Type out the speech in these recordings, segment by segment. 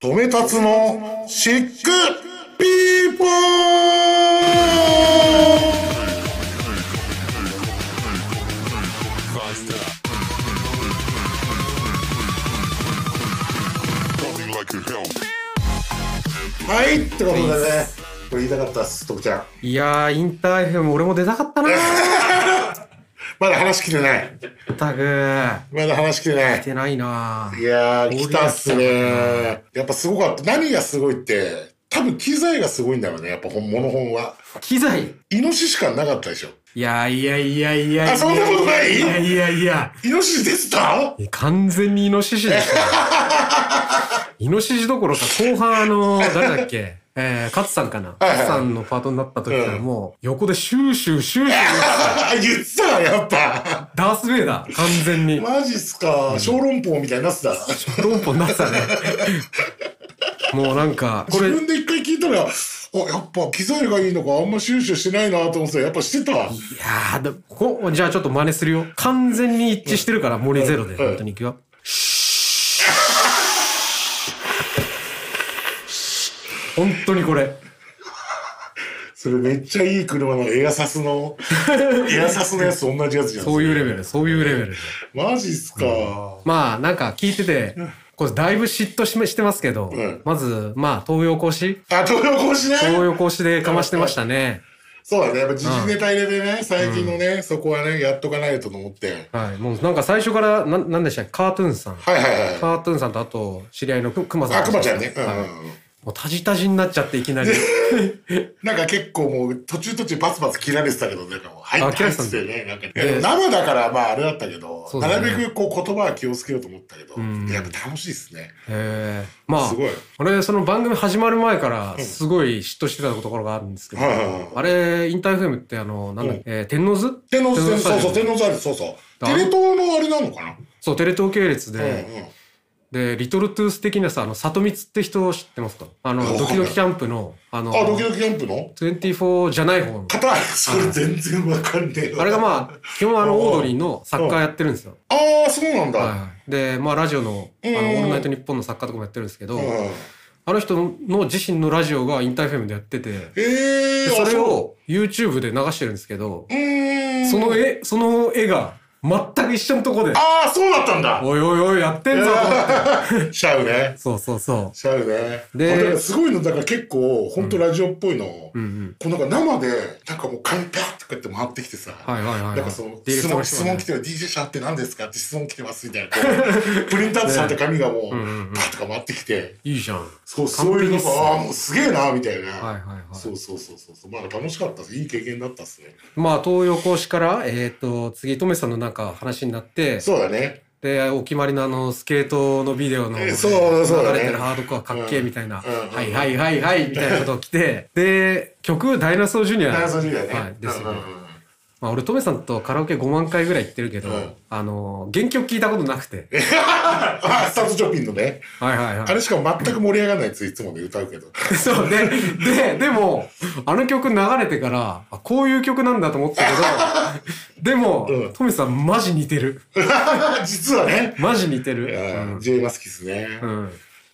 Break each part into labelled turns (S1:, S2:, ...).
S1: 止めたつのシックピーポーはいってことでね、これ言いたかったっす、徳ちゃん。
S2: いやー、インターフェム、俺も出たかっ たなー。
S1: まだ話しきれない。
S2: たくー。
S1: まだ話しきれない
S2: 出。てないなー
S1: い。やー、来たっすね。やっぱすごかった。何がすごいって、多分機材がすごいんだろうね。やっぱ本物本は。
S2: 機材
S1: イノシシ感なかったでしょ。
S2: いやいやいやいやいや。
S1: あそんなことない
S2: いやいやいや。
S1: イノシシ出てた
S2: え完全にイノシシでしょ。 イノシシどころか、後半あの、誰だっけえー、勝さんかな。
S1: はいはい
S2: 勝さんのパートになった時からもう、横でシューシューシューシュー言ってた。
S1: あ、 言ってたわやっぱ。
S2: ダース・ベイダー、完 全に。
S1: マジっすか。小籠包みたいになってた。
S2: ロンポンなさね。もうなんか、こ
S1: 自
S2: れ、
S1: 分で一回聞いたら、あ、やっぱ機材がいいのか、あんま収集してないなと思ってたらやっぱしてたわ。
S2: いやーでもこうじゃあちょっと真似するよ。完全に一致してるから、森ゼロ
S1: う
S2: で、
S1: ん
S2: 本当にいくよ。本当にこれ。
S1: それめっちゃいい車のエアサス の、エアサスのやつと同じやつじゃん。
S2: そういうレベル、そういうレベルで。
S1: マジっすか。
S2: まあ、なんか聞いてて、これだいぶ嫉妬しめしてますけど、
S1: うん
S2: まず、まあ、東洋講師
S1: あ、東洋講師ね。
S2: 東洋講師でかましてましたね。
S1: そうだね。やっぱ時事ネタ入れてね、最近のね、そこはね、やっとかないとと思って。
S2: はい。もうなんか最初から、なん、なんでしたっけカートゥーンさん。
S1: はいはいはい。
S2: カートゥーンさんとあと、知り合いのくくまさ
S1: あ、
S2: ん。
S1: くまちゃんね。うんうん
S2: は
S1: う
S2: い
S1: ん。
S2: もうタジタジになっちゃっていき なり。
S1: なんか結構もう途中途中バツバツ切られてたけど、なんかもう入
S2: あ
S1: っ
S2: 切
S1: て
S2: ら
S1: 入
S2: れてたん
S1: って
S2: だ
S1: ね、なんかね
S2: ええ
S1: 生だからまああれだったけど、
S2: そうだ
S1: な
S2: ね
S1: るべくこう言葉は気をつけようと思ったけど、
S2: ん
S1: やっぱ楽しいですね。
S2: へえ。まあ
S1: すごい、
S2: 俺、その番組始まる前から、すごい嫉妬してたところがあるんですけど、
S1: はいはいはい
S2: あれ、インターフェムって、あの、なんだっけ、えー天王洲
S1: 天皇天皇
S2: スタ
S1: そう
S2: ジ
S1: そ
S2: オ
S1: う、天皇座で、そうそう。
S2: だ
S1: テレ東のあれなのかな
S2: そう、テレ東系列
S1: うん
S2: で、で、リトルトゥース的なさ、あの、里光って人を知ってますかあの
S1: わか、んない
S2: ドキドキキャンプの、あの、
S1: うん。あ、ドキドキキャンプの
S2: 24じゃない方の。
S1: 方、 それ全然わかんねえわ
S2: あれがまあ、基本はあの、
S1: うん
S2: オードリーの作家やってるんですよ。
S1: ああ、そうなんだ。
S2: はい。で、まあ、ラジオの、あの、オ
S1: うん
S2: ールナイトニッポンの作家とかもやってるんですけど
S1: うん、
S2: あの人の自身のラジオがインターフェムでやってて、
S1: ええ
S2: で
S1: ー、
S2: そ
S1: あ
S2: れ。を YouTube で流してるんですけど
S1: う、ーん。
S2: その絵、その絵が全く一緒のとこで、
S1: ああ、そうだったんだ。
S2: おいおいおい、やってんぞと思っ て。
S1: しちゃうね。
S2: そうそうそ
S1: しちゃうね。
S2: で
S1: で、だからすごいの、だから結構、本当ラジオっぽいの。
S2: う。うんうん。
S1: こうなんか生で、なんかもうカンパッとかって回ってきてさ。
S2: はいはいはいはい。
S1: なんかその
S2: ディレ
S1: 質
S2: クターの
S1: 問
S2: 人
S1: 質
S2: が
S1: 問
S2: ね
S1: 来てる DJ さんって何ですかって質問来てますみたいなこう プリントアウトされた紙がもうパ
S2: うんうんうん
S1: ッとか回ってきて
S2: いいじゃん。はい
S1: そうそういうの
S2: 完璧っすね
S1: がああもうすげえなみたいな、
S2: はいは
S1: そうそうそうそうそうまあ楽しかったですいい経験だったっすね
S2: い。まあ、東洋講師から、えっと、次、トメさんのなんか話になって、
S1: そうだね
S2: で、お決まりのあの、スケートのビデオの、
S1: えそうそうだね
S2: 流れてるハードコアかっけえみたいな、
S1: うんうん
S2: はいはいはいはい、みたいなことを来て、で、曲、ダイナソージュニア。
S1: ダイナソージュニアね、
S2: はい、ですよね
S1: うんうんうん
S2: まあ、俺、トメさんとカラオケ5万回ぐらい行ってるけど、
S1: うん
S2: あの、原曲聞いたことなくて。
S1: ああスタートジョッピンのね
S2: はいはいは
S1: あれしかも全く盛り上がらないやついつもね歌うけど
S2: い。 そうね。で、でも、あの曲流れてから、あこういう曲なんだと思っ たけど、でも、
S1: うん
S2: トメさんマジ似てる。
S1: 実はね、
S2: マジ似て
S1: い
S2: る。
S1: や
S2: う
S1: ー
S2: ん
S1: J マスキスね、
S2: うん。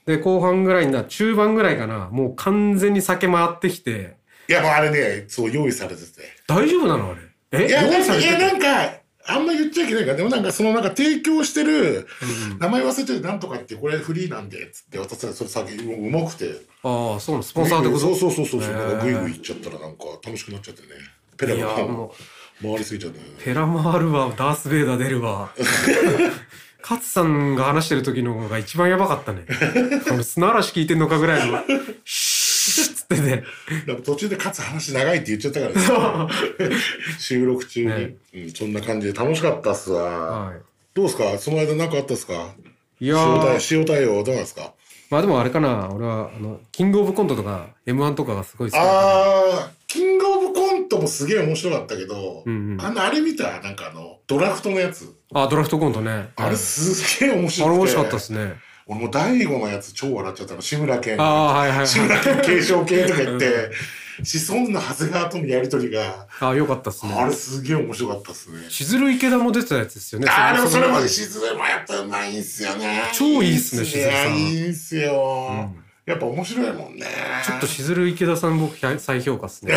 S2: で、後半ぐらいにな、中盤ぐらいかな、もう完全に酒回ってきて、
S1: いやもうあれねそう用意されてて
S2: 大丈夫なのあれ。え
S1: いや
S2: 用
S1: な
S2: 意
S1: ん
S2: さ
S1: か
S2: れ
S1: い
S2: て
S1: やな
S2: た
S1: んかあんま言っちゃいけないからでもなんかそのなんか提供してる
S2: うん
S1: 名前忘れてるなんとかってこれフリーなんでっつって渡されてそれ先うまくて
S2: ああ、そうなの、スポンサーってこ
S1: そう
S2: と
S1: そうそうそうそう
S2: へー
S1: なんかグイグイいっちゃったらなんか楽しくなっちゃってねペラ
S2: いや
S1: が
S2: もう、
S1: 回りすぎちゃったね
S2: ペラ回るわ、ダース・ベイダー出 るわ。勝さんが話してる時の方が一番やばかったね。この砂嵐聞いてんのかぐらいの、シュッつってね。
S1: なんか途中で勝つ話長いって言っちゃったからね収録中に、
S2: ね
S1: うん、そんな感じで楽しかったっすわ
S2: は
S1: どうですかその間何かあったっすか
S2: い。いや
S1: 塩対
S2: ー、
S1: 塩対応どうなんですか
S2: まあでもあれかな、俺は、あの、キングオブコントとか、M1 とかがすごい好きだから
S1: あーキングオブコントもすげえ面白かったけど、
S2: うんうん
S1: あのあれ見たなんかあのドラフトのやつ
S2: あ、ドラフトコントね。
S1: あれすげえ面白
S2: あ
S1: く
S2: れ
S1: て
S2: 面白かったですね。
S1: 俺もう第五のやつ超笑っちゃったの志村けん
S2: ああ、はいはい
S1: 志
S2: はい。
S1: 村けん継承系とか言って子孫の長谷川とのやりとりが、
S2: あ、よかったっすね。
S1: あれすげえ面白かったですね。
S2: しずる池田も出てたやつですよね。
S1: あーでもそれまで
S2: そ
S1: しずるもやっぱうまいんすよね。
S2: 超いいっすねしずるさん
S1: いいんすよ。やっぱ面白いもんね。
S2: ちょっとしずる池田さん僕ひゃ再評価っすね。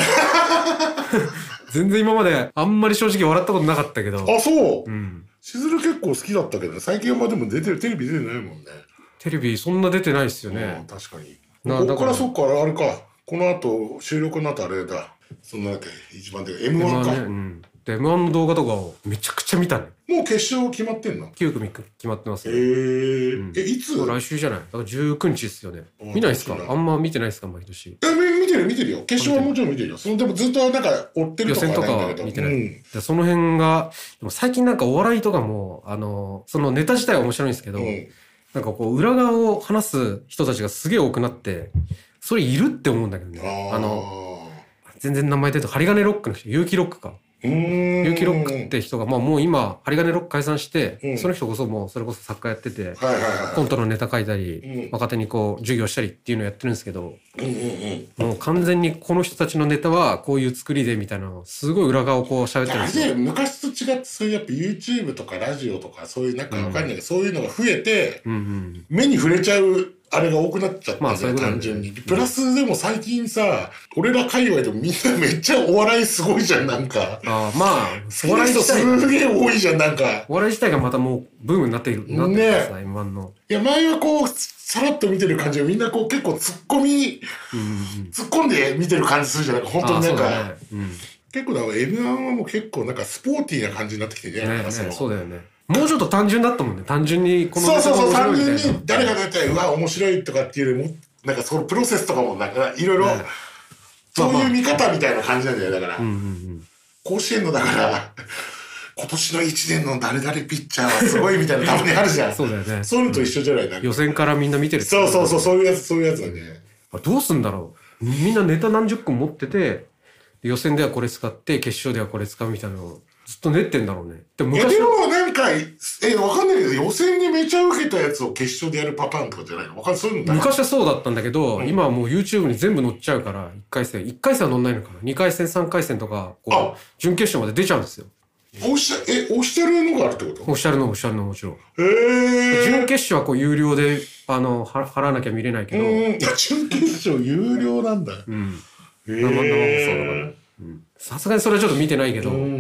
S2: 全然今まであんまり正直笑ったことなかったけど。
S1: あ、そう
S2: う。ん。
S1: しずる結構好きだったけど、最近はまあでも出てる、テレビ出てないもんね。
S2: テレビそんな出てないっすよね。
S1: うん確かに。
S2: な
S1: こ
S2: だ
S1: こ
S2: か
S1: から
S2: ら
S1: そっか、あれか。この後、収録になったあれだ。そんなわけ、一番で M1
S2: ま
S1: か
S2: あね、。うん。で、M1 の動画とかをめちゃくちゃ見たね。
S1: もう決勝決まってんの
S2: 9組決まってます
S1: え
S2: ね。ん
S1: ー、え、いつ
S2: 来週じゃないだから19日っすよね。
S1: うん
S2: 見ないっすか
S1: そうだ
S2: あんま見てないっすか毎年。
S1: えみ見てるよ見てるよ決勝はもちろん見てるよそのでもずっとなんか追ってる
S2: 予
S1: とか
S2: 選とか
S1: はないん
S2: は
S1: だけど
S2: 見てない。
S1: うん
S2: でその辺が、でも最近なんかお笑いとかも、あの、そのネタ自体は面白いんですけど、
S1: うん
S2: なんかこう裏側を話す人たちがすげえ多くなって、それいるって思うんだけどね。
S1: あ
S2: あ
S1: あ
S2: の、全然名前出てこない、針金ロックの人、結城ロックか。
S1: うーん
S2: 結城ロックって人が、まあもう今、針金ロック解散して、
S1: うん
S2: その人こそもうそれこそ作家やってて、
S1: はいはい
S2: コ
S1: は
S2: ントのネタ書いたり、
S1: うん
S2: 若手にこう授業したりっていうのをやってるんですけど、
S1: いうんうん
S2: もう完全にこの人たちのネタはこういう作りでみたいなのをすごい裏側をこう喋っ
S1: うん
S2: てるん
S1: あ
S2: で
S1: れ
S2: す
S1: だ
S2: よ。
S1: よ昔と違ってそういうやっぱ YouTube とかラジオとかそういうなんかわかんないけど、そういうのが増えて
S2: うんうん。
S1: 目に触れちゃうあれが多くなっちゃった
S2: まあ
S1: ね
S2: そういうことだね
S1: 単純にプラスでも最近さ俺ら界隈でもみんなめっちゃお笑いすごいじゃんなんか
S2: ああまあ、
S1: 好
S2: お
S1: きな
S2: 笑い
S1: 人
S2: 自体
S1: すげえ多いじゃんなんか
S2: お笑い自体がまたもうブームになっている、なってるからさ、M1 の。
S1: いや、前はこう、さらっと見てる感じがみんなこう結構突っ込み、
S2: うんうんうん。
S1: 突っ込んで見てる感じするじゃないか。本当になん
S2: ああそう
S1: か、
S2: だね。うん。
S1: 結構だから M1 はもう結構なんかスポーティーな感じになってきてるじゃない
S2: ね
S1: か。
S2: えねえそ
S1: そう
S2: だよね。もうちょっと単純だったもんね。単純にこの
S1: うそうそう、単純
S2: みたい
S1: に誰が出て、うわ、面白いとかっていうよりも、なんかそのプロセスとかもなんかいろいろ
S2: ね、
S1: そういう見方みたいな感じなんだよ。だから
S2: う、んうん
S1: 甲子園のだから、今年の一年の誰々ピッチャーはすごいみたいなたまにあるじゃ。
S2: うんん。そうだよね。
S1: そういうのと一緒じゃないなんか
S2: 予選からみんな見てるってこ
S1: そうそ
S2: と
S1: うそう、そういうやつ、そういうやつだね。
S2: あどうすんだろうみんなネタ何十個持ってて予選ではこれ使って決勝ではこれ使うみたいなのをずっと練ってんだろうねでも
S1: いや
S2: 昔
S1: で
S2: は
S1: もなんか、え、わかんないけど、予選でめちゃ受けたやつを決勝でやるパターンとかじゃないのわかんない。そういうのない。
S2: 昔はそうだったんだけど、
S1: うん
S2: 今はもう YouTube に全部載っちゃうから1回戦1回戦は載んないのかな2回戦3回戦とかこ
S1: あ
S2: う準決勝まで出ちゃうんですよ
S1: 押して、え、押してるのがあるってこと
S2: おっしゃるのおっしゃるのもちろん準
S1: ええ
S2: 決勝はこう有料であのは払わなきゃ見れないけ
S1: ー。
S2: ど、うん
S1: うん。いや準決勝有料なんだ。え
S2: 生生放送だからうんさすがにそれはちょっと見てないけど、
S1: うん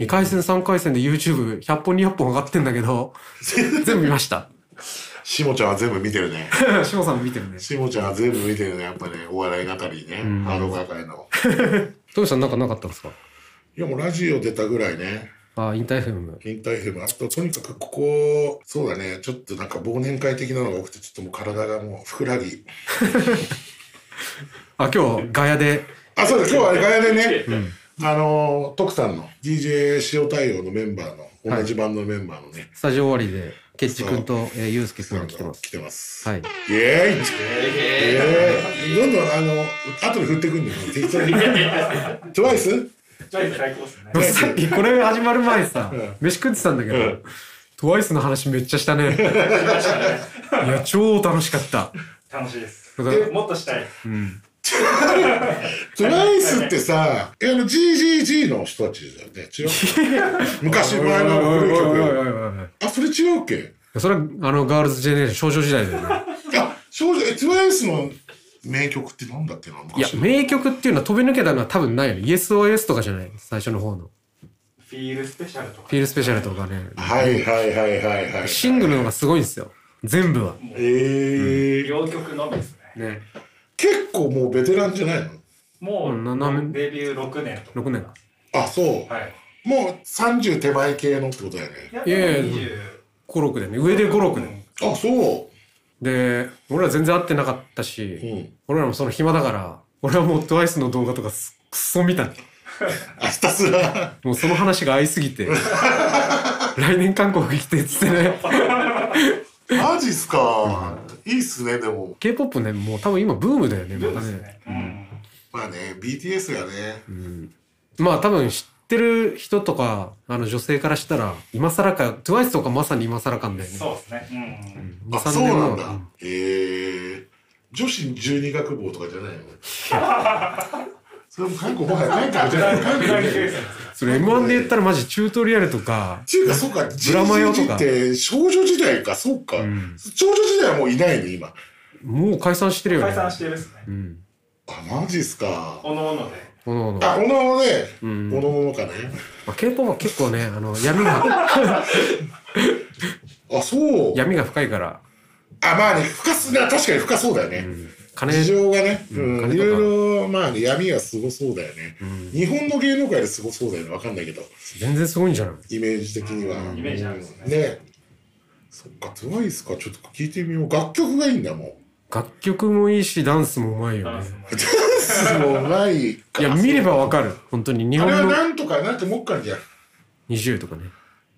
S2: 2。回戦3回戦で YouTube100 本200本上がってんだけ ど全部見ま した
S1: しもちゃんは全部見てるね。
S2: しもさんも見てるね。
S1: しもちゃんは全部見てるね。やっぱね、お笑い係ね。
S2: ん
S1: ハード係の。
S2: トミさんなんかなかったんですか
S1: いや、もうラジオ出たぐらいね。
S2: あ、インターフェム。
S1: 引退しても、あと、とにかくここ、そうだね、ちょっとなんか忘年会的なのが多くて、ちょっともう体がもう、ふくらはぎ。
S2: あ、今日、ガヤで。
S1: あ、そうだ、今日はガヤでね、あのー、徳さんの DJ 塩対応のメンバーの、同じバンドのメンバーのね、
S2: スタジオ終わりで、ケッチ君と、えー、ユースケ君が来てます。
S1: 来てます。
S2: はい。
S1: イエーイえーイどんどん、あの、後で振ってくんだよ、適当に。 トゥワイス
S3: ジョイ最高ですね。
S2: でもさっき、これ始まる前さ
S1: うん、
S2: 飯食ってたんだけど、
S1: うん
S2: トワイスの話めっちゃしたね。 いや、超楽しかった。
S3: 楽しいです。
S2: だから
S3: もっとしたい。
S2: うん。
S1: トゥワイスってさ、えあの、GGG の人たちだよね、違う 昔
S2: おいおい
S1: 前の
S2: おい
S1: 古い
S2: おいおいお
S1: 曲。
S2: いおい
S1: あ、それ違うっけ
S2: それは、あの、ガールズジェネレーション、少女時代だよね。
S1: あ、少女、え、トゥワイスの名曲ってなんだっけな、
S2: いや
S1: 昔、の。
S2: 名曲っていうのは飛び抜けたのは多分ないよね。イエス OS とかじゃない最初の方の。
S3: フィールスペシャルとか。
S2: フィールスペシャルとかね。
S1: はいはいはいはいはい。
S2: シングルの方がすごいんですよ。全部は。
S1: ええ
S3: 両曲のみですね。
S2: ね。
S1: 結構もうベテランじゃないの
S3: も
S2: うん斜め
S3: うデビュー6年とか。
S2: 6年。
S1: あそう、
S3: はい。
S1: もう30手前系のってことだよね
S3: いや、
S2: いやいや
S3: でも20
S2: 5、6でね。上で5、6
S3: うん
S2: で。
S1: あそ
S2: で、俺ら全然会ってなかった
S1: うう
S2: し、
S1: ん
S2: 俺らもその暇だから、俺はもう TWICE の動画とかすくっそ見たね。
S1: あひたすら
S2: もうその話が合いすぎて。来年韓国行きてっつってね。
S1: マジっすか、いいっすねでも
S2: K-POP ね、もう多分今ブームだよね、
S3: そう
S2: また
S3: です
S2: ね。
S3: ね。うん。
S1: まあね BTS がね、
S2: うん。まあ多分知ってる人とか、あの女性からしたら、今更か、TWICE とかまさに今更かんだよね。
S3: そうですね。うん。
S2: 2
S1: あ
S2: 3
S1: そうなん
S2: 前
S1: だ、 ええ女子十二学部とかじゃないのそれも韓国ばっかり韓国じゃない韓国
S3: 未来
S1: じゃない
S3: 形成ですね
S2: それ M1 で言ったらマジチュートリアルとか、
S1: っていうか、そうか、
S2: ブラマヨと
S1: GGG
S2: か
S1: って少女時代か、そうか。
S2: ん
S1: 少女時代はもういないね、今。
S2: もう解散してるよね。
S3: 解散してるですね
S2: うん。
S1: あ、マジっすか。
S3: おのおので
S2: おのおの。
S1: あ、
S2: ま
S1: おのおのね、お
S2: ん
S1: のおのかね。
S2: あ、K-POP は結構ね、あの、闇が、
S1: あ、そう。
S2: 闇が深いから、
S1: あ、まあね、深すな、確かに深そうだよね。
S2: 金、
S1: 事情がね、うん
S2: 金とか
S1: いろいろ、まあね、闇はすごそうだよね。日本の芸能界ですごそうだよね、わかんないけど、
S2: 全然すごいんじゃない
S1: イメージ的には。
S3: イメージあるんですね
S1: ね。そっか、トワイスか、ちょっと聞いてみよう。楽曲 がいいんだもん。
S2: 楽曲もいいし、ダンスもうまいよ
S3: ダン
S2: ね
S3: ス。も
S1: すごないか。
S2: いや、見ればわかる。本当に。日
S1: あ
S2: 本
S1: れは
S2: の
S1: なんとか、なんてもっかんじゃん。
S2: 20とかね。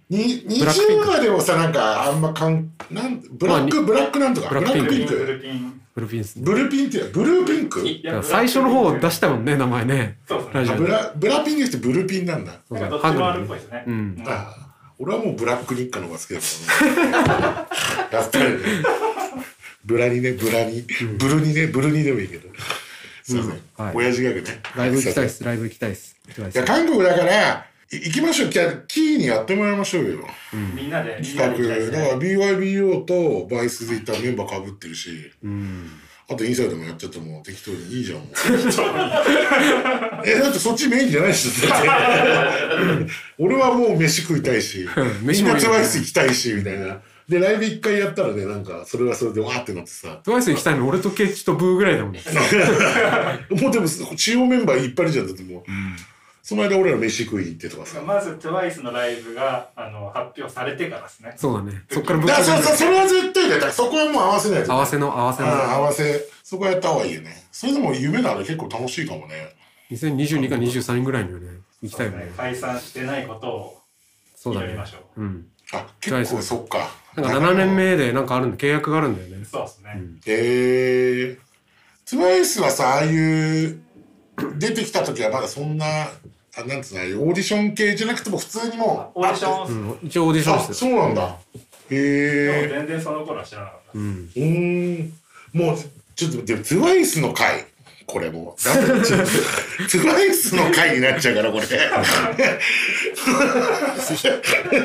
S1: に
S2: ブラックピン
S1: 20
S2: ク
S1: までもさ、なんか、あんまかん、なんブラック、ブラックなんとか、
S2: ブラ
S1: ブ
S2: ッ
S1: ラ
S2: クピ
S1: ッ
S2: ン
S1: ク
S2: ク
S1: ピン
S3: ブル
S1: ク。
S3: ーピン
S2: ブルーピンス。
S1: ブルピンって、ブルーピンク
S3: いや
S2: だから最初の方出したもんね、名前ね
S3: そうそう。
S2: ラジ
S1: あ
S2: オ
S1: ブ
S2: で。
S1: ラ、ブラピンじゃなくてブルピンなんだ。
S2: そう
S3: な
S2: だ
S3: んかどっちもあるっぽい
S2: ハ
S3: ですね
S2: うん
S3: うん
S1: ああ俺はもうブラック日課の方が好きだも んね。やっぱりね。ブラにね、ブラに。ブルにね、ブルにでもいいけど。すいません。
S2: はい
S1: 親父ギャグね。
S2: グライブ行きたい
S1: い
S2: っす、ライブ行きたいっす。行きたいっ
S1: や、
S2: す
S1: 韓国だから、い行きましょう。じゃあキーにやってもらいましょうよ。
S3: みんなでみ
S1: 企
S3: んな
S1: 画。
S3: で行きたいです
S1: だから
S3: ね
S1: BYBO とバイスでいったらメンバー被ってるし。
S2: うん。
S1: あとインサイドもやっちゃってもう適当にいいじゃんもうえだってそっちメインじゃないしだって 俺はもう飯食いたいし
S2: うん
S1: み
S2: 飯
S1: ん
S2: もいい
S1: な
S2: ね
S1: トワイス行きたいしみたいなでライブ一回やったらねなんかそれはそれでわーってなってさ
S2: トワイス行きたいの俺とケイチとブーぐらいだもんね。
S1: もうでも主要メンバーいっぱいいるじゃんだってもう、その間俺ら飯食いに行ってとかさ
S3: まず TWICE のライブがあの発表されてからですね
S2: そうだね。そっからぶっ
S1: だ
S2: か
S1: からそ
S2: け
S1: そそれは絶対だよだからそこはもう合わせないと
S2: 合わせの合わせ
S1: うん
S2: の。
S1: 合わせそこはやった方がいいよねそれでも夢なら結構楽しいかもね
S2: 2022か23ぐらいにはね、行きたいよね。
S3: 解散してないことを
S2: そうだ
S3: 祈り
S2: ね
S3: ましょう。
S2: うん。
S1: あ結構そっか
S2: なんか7年目でなんかあるんだ、契約があるんだよね。
S3: そうですね
S1: ええー。ツワイスはさ、ああいう、出てきた時はまだそんな、あなんつうの、ああいうオーディション系じゃなくても普通にもう。
S3: オーディション
S2: う
S3: でも
S2: ん。一応オーディション
S1: あ、
S2: です
S1: そ
S2: よ。
S1: うなんだ。へえ
S3: 全然その頃は知らなかった
S2: う
S3: です
S1: ー。
S2: ん。
S1: うーん。もう、ちょっと、でも、ツワイスの回。これもう。だってちょっとツワイスの回になっちゃうから、これ。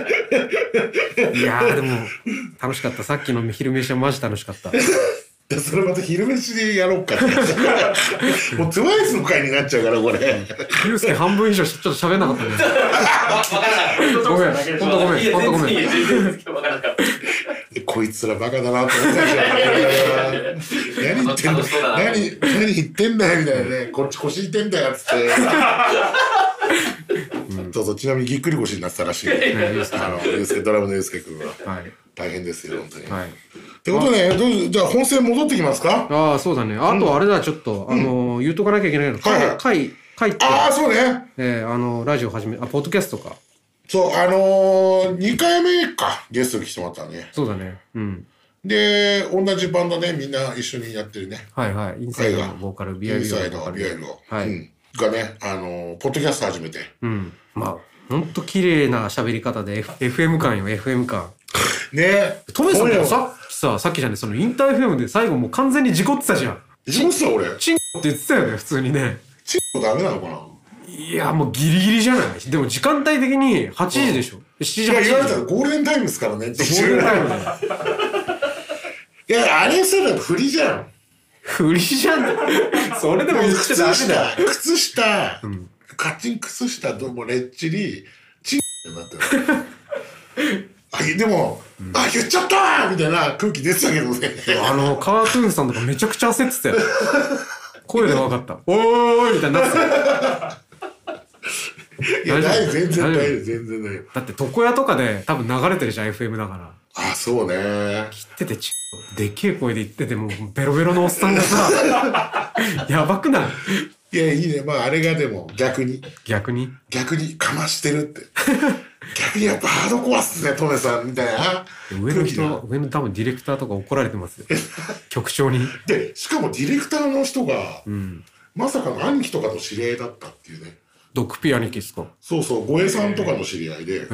S2: いやーでも、楽しかった。さっきの昼飯はマジ楽しかった。
S1: でそれまた昼飯でやろうか。 もう、ツワイスの回になっちゃうから、これ。
S2: ゆうすけ半分以上しちょっと喋んなかったね。
S4: わからなかっ
S2: ごめん、
S3: だけでし
S2: ほ
S3: ょ
S2: んと
S4: た。
S2: ごめ
S4: い
S2: ん、
S4: や、
S2: ほんとご
S4: 全然い
S2: めん。
S4: い、全然全然わからなかった。
S1: こいつらバカだなと思ってたけ ど何言ってんだ
S4: 楽しそうだな
S1: 何何言ってんだよみたいなねこっち腰痛いんだよっつ ってそうそうちなみにぎっくり腰になってたらしい
S2: ねゆうすけ
S1: あのゆうすけドラムのゆうすけ君は
S2: はい。
S1: 大変ですよ本当に、
S2: はい。
S1: ってことでねどうぞじゃあ本戦戻ってきますか
S2: ああ、そうだね。あとあれだ、ちょっと、あのー、言うとかなきゃいけないけど、
S1: はいはい
S2: かい、かいって、
S1: ああそうね
S2: えーあの、ラジオ始め、あ、ポッドキャストか。
S1: そうあのー、2回目かゲストに来てもらったのね
S2: そうだね。うん。
S1: で同じバンドねみんな一緒にやってるね
S2: はいはい。インサイド
S1: はい
S2: の
S1: はい
S2: ボーカル、
S1: イ
S2: BIB
S1: ンサイド
S2: のボーカ
S1: ビアイ
S2: ル。
S1: ルを、
S2: はい
S1: うん、がねあのー、ポッドキャスト始めて
S2: うん。まあ、ほんと綺麗な喋り方で、F、FM 感よ、FM 感。
S1: ね
S2: トメさん
S1: 今夜
S2: も
S1: は
S2: さっきさ、さっきじゃね、そのインター FM で最後もう完全に事故ってたじゃん。
S1: 自分さ俺
S2: チンコって言ってたよね、普通にね。
S1: チンコダメなのかない
S2: や、もうギリギリじゃない。でも時間帯的に8時でしょ。7時、
S1: や言
S2: 8時。
S1: われたらゴールデンタイムですからねって
S2: ゴールデンタイムだよ。
S1: いやあれさだ振りじゃん
S2: 不利じゃん。それでも言っちゃダメ
S1: 靴
S2: だよ。
S1: 下靴下、カチン靴下どうもレッチリチンってなってる あいやでも、あ言っちゃったーみたいな空気出てたけどね
S2: あの、カートゥーンさんとかめちゃくちゃ焦ってたよ。声で分かった。おーいみたいになってたよ。
S1: いや
S2: 大丈夫
S1: ない全然ない
S2: 大丈
S1: 全然ない
S2: だって床屋とかで多分流れてるじゃん、FM だから。
S1: あそうね
S2: 切ってて、ちでっけえ声で言ってて、もうベロベロのおっさんがさ、 やばくない
S1: いやいいねまああれがでも逆に
S2: 逆に。
S1: 逆にかましてる って逆にやっぱハードコアっすねトメさんみたいな
S2: 上の
S1: 空気だ
S2: 人、上の多分ディレクターとか怒られ てますよ。局長に。
S1: でしかもディレクターの人が、
S2: うん。
S1: まさかの兄貴とかの知り合いだったっていうね
S2: ドクピアニキっすか。
S1: そうそう護衛さんとかの知り合いで、
S2: へ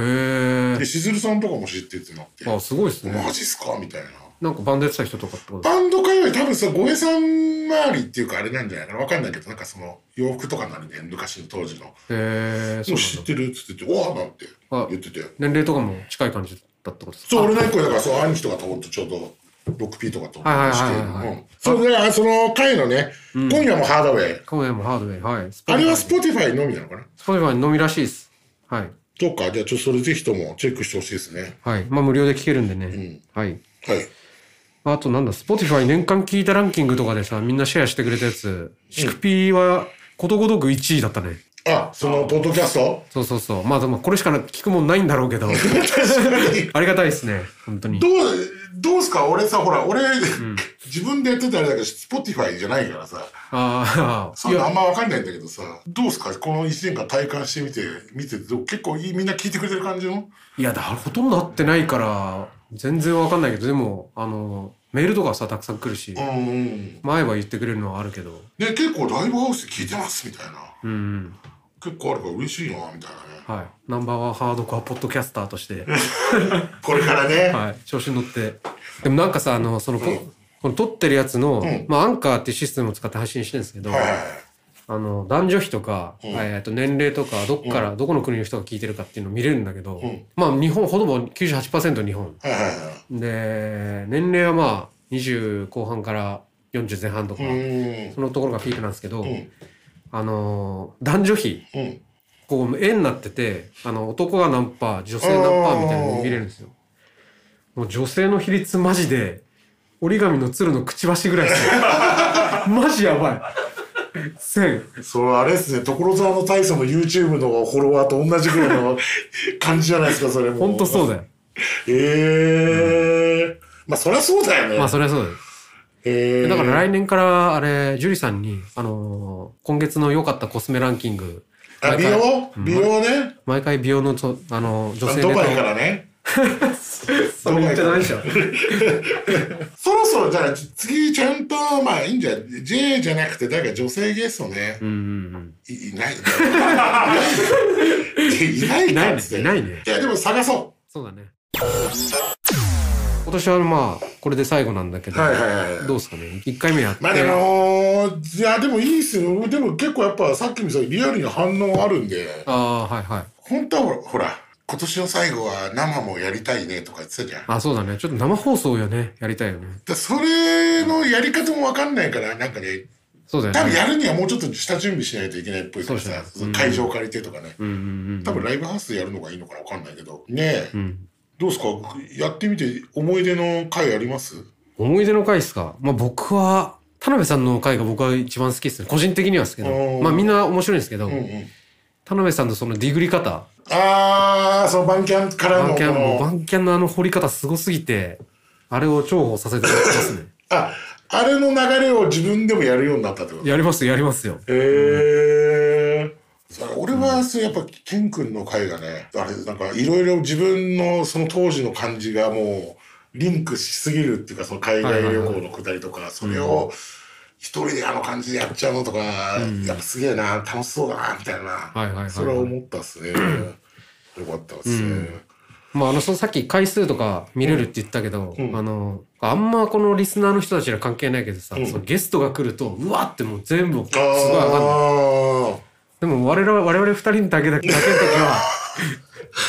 S2: え
S1: で。しずるさんとかも知ってってなって
S2: あ、すごいっすね。
S1: マジっすかみたいな
S2: なんかバンドやってた人とかってこと
S1: バンド界隈多分さ護衛さん回りっていうかあれなんじゃないかなわかんないけどなんかその洋服とかなんで昔の当時の「
S2: えー、
S1: もう
S2: そ
S1: 知
S2: う
S1: っ
S2: なんだ
S1: てる」っつってて「おお!」なんて
S2: あ
S1: 言ってて
S2: 年齢とかも近い感じだったってことですか
S1: そう俺の一個だからそう兄貴とかとほんとちょうど 6P とかと
S2: はいはい
S1: 同じ
S2: はい
S1: 系
S2: はいは
S1: の
S2: い
S1: うんそうねあその回のね
S2: うん
S1: 今夜もハードウェイ
S2: 今夜もハードウェイはい
S1: あれはス
S2: ー
S1: ポティファイのみなのかな
S2: ツ Spotify のみらしいですはい
S1: とかじゃあちょっとそれぜひともチェックしてほしいですね
S2: はいまあ無料で聴けるんでね、
S1: ん
S2: はい
S1: はい
S2: あとなんだ Spotify 年間聴いたランキングとかでさみんなシェアしてくれたやつシクピーはことごとく1位だったね
S1: あそのポッドキャス ト
S2: そうそうそうまあでもこれしかな聞くもんないんだろ うけどありがたいですね本当に
S1: どうどうすか俺さほら俺、自分でやってたあれだけど Spotify じゃないからさ
S2: ああ
S1: そ
S2: いう
S1: いうのあ
S2: や
S1: んま分かんないんだけどさどうすかこの1年間体感してみて見ててどう結構いいみんな聞いてくれてる感じの
S2: いやだほとんど会ってないから全然わかんないけどでもあのメールとかさたくさん来るし、
S1: うんうん
S2: 前は言ってくれるのはあるけど
S1: で結構ライブハウスで聞いてますみたいな
S2: うんうん
S1: 結構あるから嬉しいなみたいなね
S2: はいナンバーワンハードコアポッドキャスターとして
S1: これからね、
S2: はい、調子に乗って。でもなんかさ、あの、その、ここの撮ってるやつの、
S1: ん
S2: まあ、アンカーっていうシステムを使って配信してるんですけど、
S1: はいはい
S2: あの、男女比とか、
S1: うん
S2: えっと、年齢とか、どっから、どこの国の人が聞いてるかっていうのを見れるんだけど、
S1: うん
S2: まあ、日本、ほとんど98%日本。
S1: はいはいは
S2: で、年齢はまあ、20後半から40前半とか、
S1: いうん
S2: そのところがピークなんですけど、
S1: うん
S2: あの、男女比、
S1: うん
S2: こう、絵になってて、あの、男が何パー、女性何パーみたいなのを見れるんですよ。もう女性の比率マジで、折り紙の鶴のくちばしぐらいですよ。 マジやばい。千。
S1: それあれですね所沢の大佐の YouTube のフォロワーと同じぐらい の感じじゃないですかそれも
S2: ほんとそう
S1: だ
S2: だよ。
S1: ええまあそりゃそうだよね、
S2: まあ、それはそうだよ。
S1: ええ
S2: だから来年から、あれ、ジュリさんに、あのー今月の良かったコスメランキング、
S1: あ美容美容ね、
S2: 毎回美容のと、あのー女
S1: あ
S2: 性
S1: ド
S2: ネ
S1: バイか
S2: タを。
S1: らね
S2: それ言ってないでしょ。
S1: そろそろじゃあ次ちゃんとまあいいんじゃない J じゃなくて誰か女性ゲストね
S2: うんうん
S1: いい ないいな
S2: うん。
S1: い
S2: いない
S1: かっ
S2: ね
S1: つって。
S2: いないね。
S1: いやでも探そ
S2: そうだね。今年はまあ、これで最後なんだけ
S1: う
S2: ど、
S1: はいはいはい
S2: どうですかね ?1 回目やって。
S1: まあでも、いやでもいいっすよでも結構やっぱさっきみたいにリアルに反応あるんで
S2: ああー、はいはい。
S1: 本当はほらほら今年の最後は生もやりたいねとか言ってたじゃん
S2: あそうだね。ちょっと生放送よね。やりたいよね。
S1: だそれのやり方も分かんないからなんかね
S2: そうだ
S1: 多
S2: よ
S1: 分
S2: ね。
S1: やるにはもうちょっと下準備しないといけないっぽいから
S2: そうで
S1: さ、
S2: すね
S1: その会場借りてとかね、
S2: うんうん
S1: 多分ライブハウスでやるのがいいのかなわかんないけどねえ
S2: うん。うん。
S1: どうですかやってみて思い出の回あります
S2: 思い出の回っすかまあ僕は、田辺さんの回が僕は一番好きですね。個人的にはですけど。
S1: おー
S2: まあみんな面白いんですけど、
S1: うんうん
S2: 田辺さんのそのディグり方。
S1: ああそのバンキャンから
S2: バン
S1: の
S2: キャン、もう
S1: こ
S2: バ
S1: の
S2: ンキャンのあの掘り方すごすぎて、あれを重宝させてもらってますね。
S1: ああれの流れを自分でもやるようになったってことへ
S2: やりますよ、やりますよ。
S1: えそれ俺はそうやっぱケン君の回がねあれなんかいろいろ自分のその当時の感じがもうリンクしすぎるっていうかその海外旅行のくだりとかそれを一人であの感じでやっちゃうのとかやっぱすげえな楽しそうだなみたい
S2: いはいはいは
S1: ないそれは思ったっすねよ かったっすね
S2: まあ、あの、そのさっき回数とか見れるって言ったけど、
S1: ん
S2: あの、あんまこのリスナーの人たちには関係ないけどさ、
S1: ん
S2: そのゲストが来ると、うわってもう全部、す
S1: あ
S2: ごい上がる。
S1: あ
S2: でも我々、我々二人だけだけだけの時 は、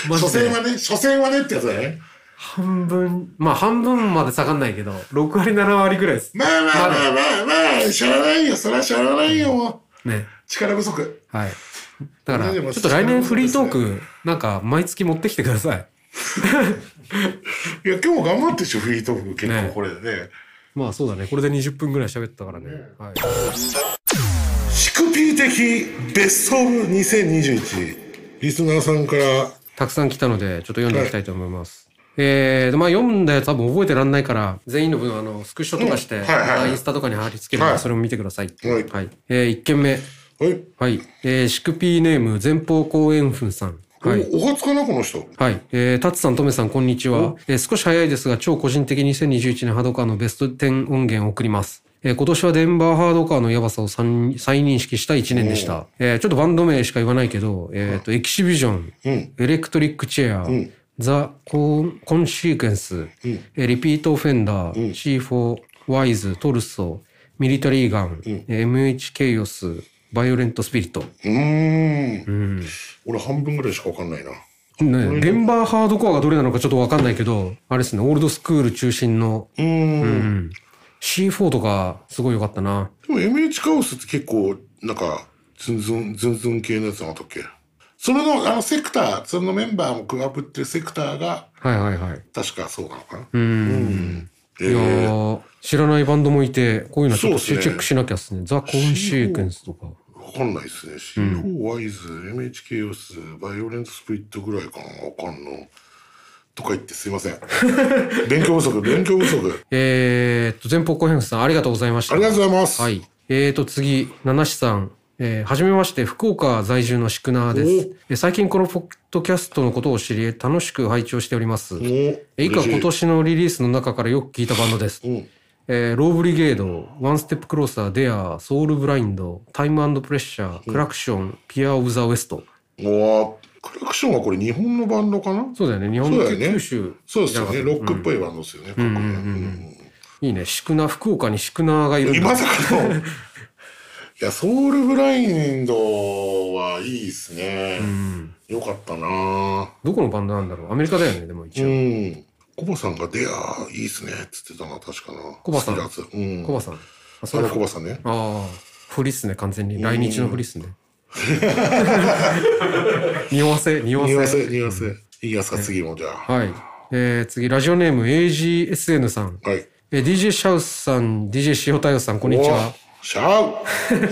S2: マ
S1: 初
S2: ジ
S1: 戦
S2: で
S1: はね初戦はねってやつだね
S2: 半分、まあ半分まで下がんないけど、6割7割ぐらいです。
S1: まあまあまあまあまあしゃあないよそりゃしゃあないよもう
S2: ね。
S1: 力不足
S2: はい。だから、
S1: い
S2: ち
S1: やで
S2: ょ
S1: も
S2: っと来年フリートー
S1: そう
S2: ク、なんか毎月持ってきてください。
S1: いや、今日も頑張ってるでしょ、フリートーク、結構これでね。
S2: まあそうだね。これで20分ぐらい喋ったからね。はい。
S1: シクピー的ベストオブ2021。リスナーさんから、
S2: たくさん来たので、ちょっと読んでいきたいと思います。えーで、まあ読んだやつ多分覚えてらんないから、全員の分、あの、スクショとかして、
S1: うんはいはいはい
S2: まあインスタとかに貼り付けるの
S1: は
S2: で、
S1: い
S2: それも見てください。
S1: はい
S2: えー、1件
S1: は
S2: 目。
S1: い、
S2: はい。えー、シクピーネーム、前方後円墳さん。はい。
S1: おお初かな、この人。
S2: はい。えー、タツさん、トメさん、こんにちは。えー少し早いですが、超個人的に2021年ハードカーのベスト10音源を送ります。えー今年はデンバーハードカーのやばさを再認識した1年でした。えーちょっとバンド名しか言わないけど、えっ、と、エキシビジョン、
S1: うん
S2: エレクトリックチェア、ザ・コンコンシークエンス、えーリピートオフェンダー、C4、ワイズ、トルソー、ミリタリーガン、
S1: ん
S2: えー MH ケイオス、バイオレントスピリット。
S1: うーん
S2: うん。
S1: 俺半分ぐらいしか分かんないな
S2: ね、デンバーハードコアがどれなのかちょっとわかんないけど、あれですね、オールドスクール中心の、
S1: うーん、
S2: うんん、C4 とかすごい良かったな。
S1: でも MH カオスって結構なんかズンズンズンズン系のやつなかったっけそれのあのセクターそのメンバーも加わってるセクターが
S2: はいはいはい。
S1: 確かそうなのかな
S2: うん。
S1: え
S2: いや
S1: ー、
S2: ー知らないバンドもいて、こういうのはちょっとチ
S1: そう
S2: ェ
S1: っすね
S2: ックしなきゃっすね。ザ・コンシークエンスとか。
S1: 分かんないですね CO ワイズ MHK オスバイオレントスプリットぐらいかな分かんのとか言ってすいませ ん勉強不足勉強不足
S2: えー、っと、前方後編さん、ありがとうございました。
S1: ありがとうございます、
S2: はい。えーと、次、七志さん。えーはじめまして、福岡在住のシクナーです。えー最近このポッドキャストのことを知り、楽しく拝聴しております。
S1: お
S2: えー以下、
S1: 嬉しい
S2: 今年のリリースの中からよく聞いたバンドです。
S1: うん
S2: えーローブリゲード、ワンステップクローサー、デア、ソウルブラインド、タイムプレッシャー、クラクション、ピアオブザウエスト。
S1: おクラクションはこれ日本のバンドかな
S2: そうだよね、日本の
S1: そうだよね
S2: 九州。
S1: そうですよ
S2: じ
S1: ね
S2: ゃ
S1: ロ
S2: な
S1: ッ
S2: かた
S1: クっぽいバンドですよね、かっこねうん
S2: いいね、シクナー、福岡にシクナーがいるんだ
S1: まさかのいやソウルブラインドはいいですね、よかったな
S2: どこのバンドなんだろうアメリカだよね、でも一
S1: う
S2: 応。
S1: んコバさんが「デアいいっすね」っつってたな確かな
S2: コバさん
S1: 好きなやつうん
S2: コバさん。あ、そ
S1: あ
S2: れ
S1: のコバさんね
S2: ああ、フリっすね、完全に。来日のフリっすね。 匂わせ、匂わせ。
S1: 匂わせ匂わせいいやつか次もじゃあ
S2: はい。えー、次、ラジオネーム AGSN さん。
S1: はい
S2: えー、DJ シャウスさん、DJ 塩太陽さん、こんにちは。
S1: おシャウ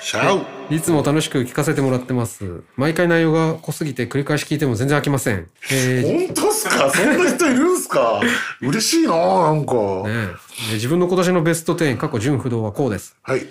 S1: シ ャウ
S2: いつも楽しく聞かせてもらってます。毎回内容が濃すぎて繰り返し聞いても全然飽きません。えー
S1: 本当っすかそんな人いるんすか嬉しいななんか、
S2: ねえ自分の今年のベスト10、過去純不動はこうです。
S1: はい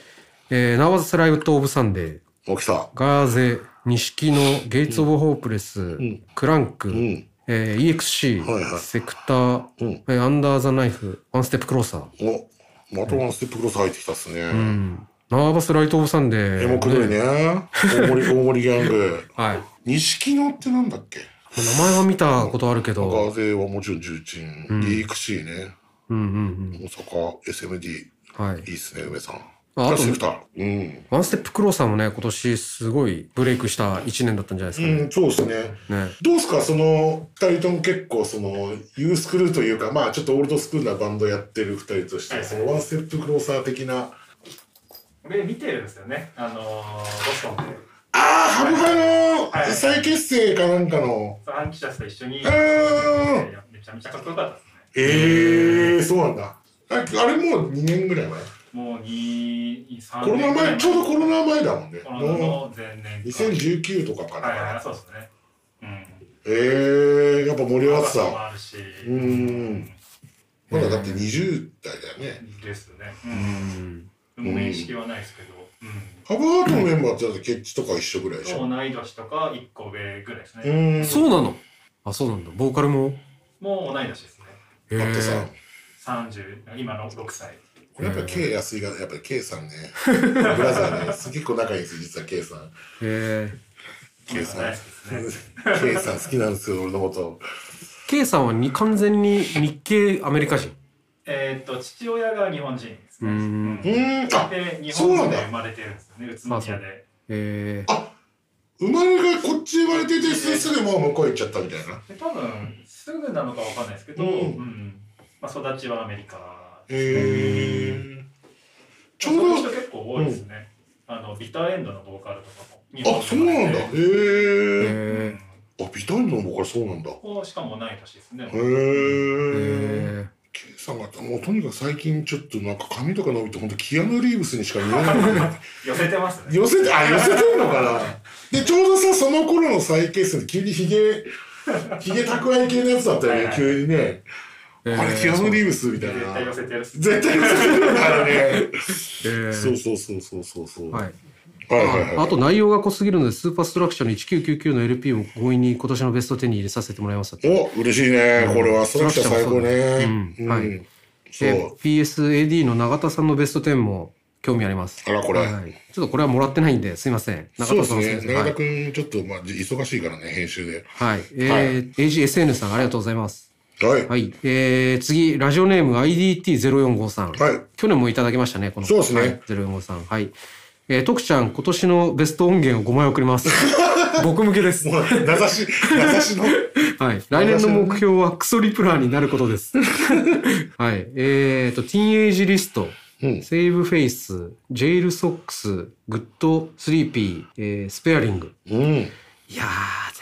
S2: えー、ナワズスライブトオブサンデー、
S1: 起きた
S2: ガーゼ、錦のゲイツ・オブ・ホープレス、クランク、
S1: ん
S2: えー EXC、
S1: はいはい
S2: セクター、
S1: うん
S2: えーアンダー・ザ・ナイフ、ワンステップ・クローサー。
S1: おまたワンステップクロス入ってきたっすね、
S2: うんナーバス・ライト・オブ・サンデー。
S1: エモくどいね。大 盛り、大盛りギャング。
S2: はい。
S1: 錦野ってなんだっけ
S2: 名前は見たことあるけ
S1: ガー
S2: ど、
S1: ゼはもちろん重鎮。DXC ね。
S2: うんうん
S1: 大阪、SMD。い
S2: うん。はい
S1: い。っすね、梅さん。
S2: ああと
S1: セクター。うん。
S2: ワンステップ・クローサーもね、今年すごいブレイクした1年だったんじゃないですかね。
S1: うん、そうですね。
S2: ね
S1: どうですかその2人とも結構そのユースクールというかまあちょっとオールドスクールなバンドやってる2人としてそのワンステップクローサー的な
S3: 俺見てるんですよね。あのー、ボストンで。
S1: ああハブハ
S3: は
S1: の
S3: い
S1: 再結成かなんかの
S3: アンキシャスと一緒に。
S1: うー
S3: めちゃめちゃかっこよかったですね。
S1: ええー、そうなんだああれもう2年ぐらい前
S3: もう2、3
S1: コロナ前、ちょうどコ
S3: ロ
S1: ロナ前だもんね。
S3: コロナ
S1: も
S3: の前年
S1: う2019とかか
S3: はいは
S1: ら。
S3: い、そうですね。うん。
S1: えー、やっぱ盛り上がって
S3: 若さも
S1: た。
S3: あるし。
S1: うん。まだだって20代だよね。
S3: ですね。うん。もう面識はないですけど。うん。
S1: ハブハートのメンバーってだってケッチとか一緒ぐらいでしょ。
S3: 同い年とか1個上ぐらいです
S1: う
S3: ね。
S1: ん。だ
S2: そうなのあ、そうなんだ。ボーカルも。
S3: もう同い年ですね。
S2: へー
S1: ってさ、
S3: 30、今の6歳。
S1: 俺やっぱ K 安井が、やっぱり K さ んね。ブラザーね。結構仲いいんですよ、実は K さん。
S2: へー
S1: K
S3: 今
S1: さ
S3: 大
S1: ん
S3: 好き。ですね。
S1: K さん好きなんですよ、俺のこと。
S2: K さんはに完全に日系アメリカ人。
S3: えーっと、父親が日本人です
S2: う
S3: ね。うんん
S1: う
S3: で、
S1: ん。あ、
S3: 日
S1: そうな
S3: 本
S1: んだ
S3: で生まれてるんですよね。宇都宮で。
S2: えー
S1: あ、生まれがこっち生まれてて、すぐもう向こう行っちゃったみたいな。
S3: で、多分、すぐなのかわかんないですけど、
S1: う
S3: うんん。まあ、育ちはアメリカ
S1: へー。ち
S3: ち
S1: ょ
S3: ょ
S1: う
S3: う
S1: ど
S3: ど人結構多いですね。あのビターエンドのボーカルとかも。日本
S1: あ、そうなんだ。へえ。
S3: うん
S2: え
S1: あ、ビタインの方からそうなんだ。へ
S3: ここしかもない年ですね。
S2: ー
S1: え。
S2: え
S1: K さんがもうとにかく最近ちょっとなんか髪とか伸びて本当キアヌ・リーブスにしか見えない。
S3: 寄せてますね。
S1: 寄せてあ寄せてるのかな。 でちょうどさその頃の再結成で急にヒ ゲヒゲ蓄え系のやつだったよ
S3: はい
S1: ね
S3: はい
S1: 急にね。あ
S2: ー
S1: れキアヌ・リーブスみたい
S3: 絶
S1: な
S3: 対寄。せてるっす。
S1: 絶対寄せてるから ね。
S2: えー
S1: そうそうそうそうそうそう。
S2: はい。
S1: はいはい
S2: あ
S1: はい。
S2: あと内容が濃すぎるので、スーパーストラクチャーの1999の LP も強引に今年のベスト10に入れさせてもらいました。
S1: お嬉しいねこれはストラクチャー最高
S2: うん
S1: ね。
S2: はい。
S1: そ
S2: で
S1: う。
S2: PSAD の永田さんのベスト10も興味あります。
S1: あらこれ
S2: はい。ちょっとこれはもらってないんで、すいません。
S1: そう
S2: 永
S1: で
S2: 田
S1: す
S2: さん
S1: ね。
S2: は
S1: 永
S2: い
S1: 田君、ちょっと、まあ、じ忙しいからね、編集で。
S2: はい。えー AGSN さんありがとうございます。
S1: はい。
S2: はい。えー、次、ラジオネーム IDT0453。さん
S1: はい
S2: 去年もいただきましたね、この。
S1: そうですね
S2: はい、0453さん。はい。えー、徳ちゃん、今年のベスト音源を5枚送 ります。僕向けです。
S1: もう、名指し、名指しの。
S2: はい。来年の目標はクソリプラーになることです。 はい。えーと、ティーンエイジリスト、
S1: うん
S2: セーブフェイス、ジェイルソックス、グッドスリーピー、えースペアリング。
S1: うん。い
S2: いやー、全然わかんない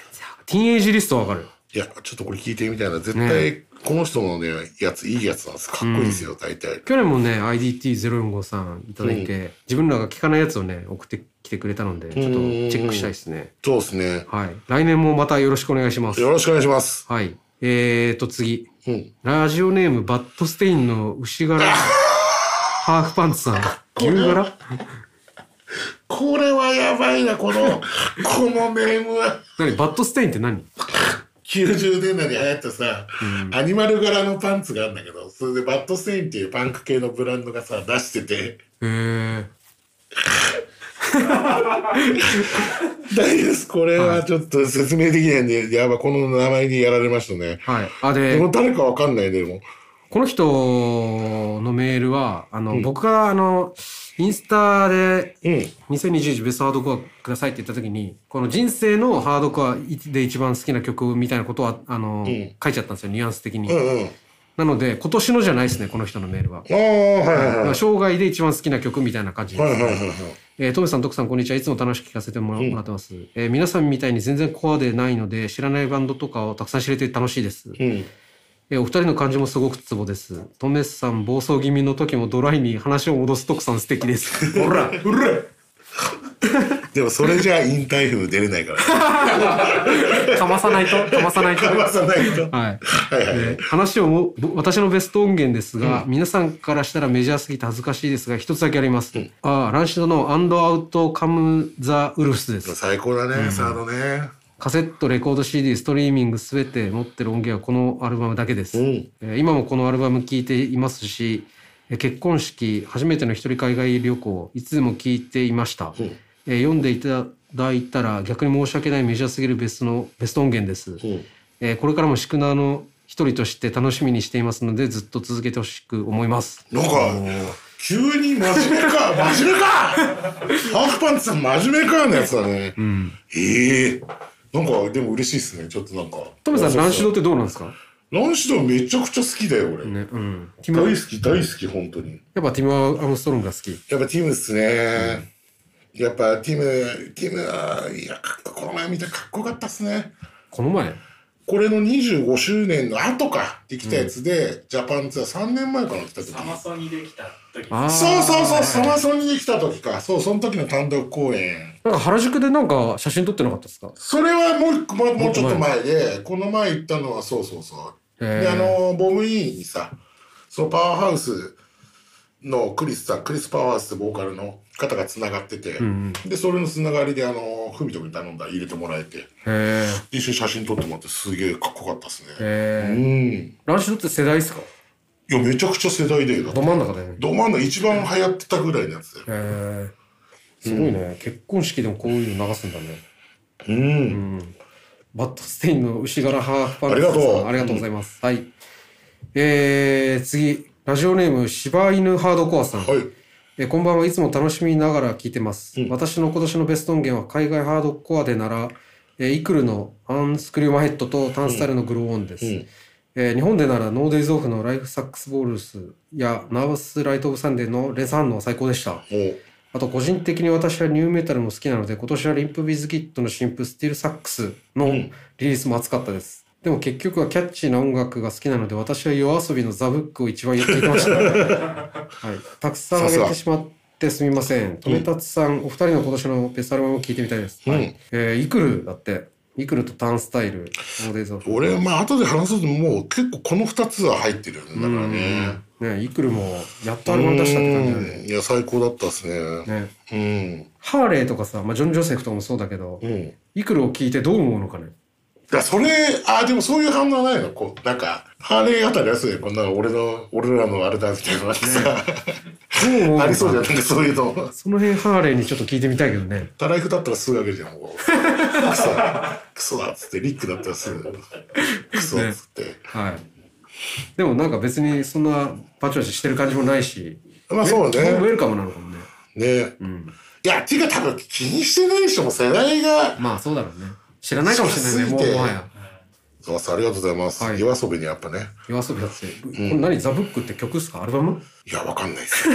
S2: ティーンエイジリストはわかる。
S1: や、ちょっとこれ聞いてみたいな。絶
S2: ね
S1: 対、この人のね、やつ、いいやつなんです。かっこいいですよ、大体。
S2: 去年もね IDT0453 さんいただいて、自分らが聞かないやつをね送ってきてくれたのでちょっとチェックしたいですね
S1: そうですね。
S2: はい来年もまたよろしくお願いします
S1: よろしくお願いします。
S2: はいえーと次
S1: うん。
S2: ラジオネームバッドステインの牛柄ハーフパンツさん牛柄
S1: これはやばいな、こ の、このネームは。
S2: 何バッドステインって何
S1: 90年代に流行ったさ、アニマル柄のパンツがあるんだけどそれでバッドステインっていうパンク系のブランドがさ出してて
S2: えー、
S1: 大丈夫ですこれはちょっと説明できないんでやばいこの名前にやられましたね
S2: はいあ
S1: で
S2: で
S1: も誰かわかんないねでも
S2: この人のメールはあの、僕があのインスタで
S1: うん
S2: 2021ベストハードコアくださいって言った時にこの人生のハードコアで一番好きな曲みたいなことはあの、
S1: ん
S2: 書いちゃったんですよニュアンス的に、
S1: うんうん
S2: なので今年のじゃないですねこの人のメールは、
S1: ああはいはいはい
S2: 生涯で一番好きな曲みたいな感じです、
S1: はいはいはいはい
S2: えートメさん、徳さん、こんにちは。いつも楽しく聞かせてもらもらってます、えー皆さんみたいに全然コアでないので、知らないバンドとかをたくさん知れて楽しいです。
S1: うん
S2: えーお二人の感じもすごくツボです。トメさん、暴走気味の時もドライに話を戻す徳さん素敵です。ほら
S1: うるでもそれじゃあインターフム出れない から
S2: かまさないと、かまさないと。
S1: 騙さないと
S2: は
S1: は
S2: い。
S1: いはいはい
S2: で話をもぼ私のベスト音源ですが、皆さんからしたらメジャーすぎて恥ずかしいですが一つだけあります、ああランシドの「アンドアウトカム・ザ・ウルフス」です
S1: 最高だねサードね
S2: カセットレコード CD ストリーミングすべて持ってる音源はこのアルバムだけです、
S1: うん
S2: えー今もこのアルバム聴いていますしえー結婚式初めての一人海外旅行いつでも聴いていました、
S1: ん
S2: えー読んでいただいたら逆に申し訳ないメジャーすぎるベストのベスト音源です、
S1: うん
S2: えーこれからも宿ナの一人として楽しみにしていますのでずっと続けてほしく思います
S1: なんか、急に真面目 か、真面目かハーフパンツさん真面目かのやつだね。ええなんか、でも嬉しいですね。ちょっとなんか。
S2: トムさん
S1: そうそう
S2: 乱視ドってどうなんですか
S1: ランシドめちゃくちゃ好きだよ、俺。
S2: ねうんティム
S1: 大好き、大好き、本当に。
S2: やっぱティム・アームストロングが好き
S1: やっぱティムっすね。やっぱティム、ティムは、いや、かっここの前見たらかっこよかったっすね。
S2: この前
S1: これの25周年の後か、できたやつで、ジャパンツアー3年前かな、来た時。
S3: サマソニできた時
S2: あー
S1: そうそうそう、サマソニに来た時か。そう、その時の単独公演。
S2: なんか原宿でなんか写真撮ってなかったですか
S1: それはもう一個もうもうちょっと前でこの前行ったのはそうそうそう
S2: へー
S1: であのボムイーンにさそのパワーハウスのクリスさんクリス・パワーハウスってボーカルの方がつながってて、
S2: ん
S1: でそれのつながりであのフミト君に頼んだら入れてもらえて
S2: へ
S1: 一緒に写真撮ってもらってすげえかっこよかったですねう
S2: え
S1: ん
S2: ランシドって世代ですか
S1: いやめちゃくちゃ世代でだって
S2: ど真ん中だよね
S1: ど真ん中一番流行ってたぐらいのやつだよ
S2: へえすごいね、結婚式でもこういうの流すんだね
S1: うん
S2: バッドステインの牛柄ハーフパン
S1: あ
S2: ツ
S1: りがとう
S2: さんありがとうございます、はいえー、次ラジオネーム柴犬ハードコアさん、
S1: はい
S2: えーこんばんはいつも楽しみながら聞いてます、
S1: うん
S2: 私の今年のベスト音源は海外ハードコアでなら、えーイクルのアンスクリューマヘッドとタンスタイルのグローオンです、
S1: うんうん
S2: えー日本でならノーデイズオフのライフサックスボールスやナーバスライトオブサンデーのレンス反応は最高でした
S1: もう
S2: あと個人的に私はニューメタルも好きなので今年はリンプビズキットの新譜スティールサックスのリリースも熱かったです、でも結局はキャッチーな音楽が好きなので私は夜遊びのザブックを一番やっていきま した、はい、たくさんあげてしまってすみません留達さんお二人の今年のベストアルバムを聞いてみたいです、
S1: うん
S2: はいえーイクルだってイクルとターンスタイルノーデイズオフ
S1: 俺まあ後で話すともう結構この2つは入ってるよねだからね、
S2: ねイクルもやっとアルバム出したって感じだね
S1: うんいや最高だったですね
S2: ね
S1: うん
S2: ハーレーとかさ、まあ、ジョン・ジョセフとかもそうだけど、
S1: うんい
S2: イクルを聞いてどう思うのかね
S1: やそれあでもそういう反応はないのこうなんかハーレーあたりはそうやこんなの俺の俺らのあれだみたいなのさ、
S2: どう思うの か
S1: ありそうじゃんなんかそういうの
S2: その辺ハーレーにちょっと聞いてみたいけどね。
S1: たらいふだったらすぐあげるじゃんもう クソだクソだっつってリックだったらすぐクソっつって、
S2: はい。でもなんか別にそんなバチバチしてる感じもないし、
S1: まあそうね
S2: ウェルカムなのかもね。
S1: ね
S2: うん。
S1: いやていうか多分気にしてない人も世代が
S2: まあそうだろうね。知らないかもしれないね、
S1: 近
S2: も
S1: すぎ
S2: う
S1: て
S2: もはや。
S1: そうそうありがとうございます、
S2: はい
S1: 夜遊びにやっぱね
S2: 夜遊びやって。これ何ザ・ブックって曲っすかアルバム
S1: いやわかんないです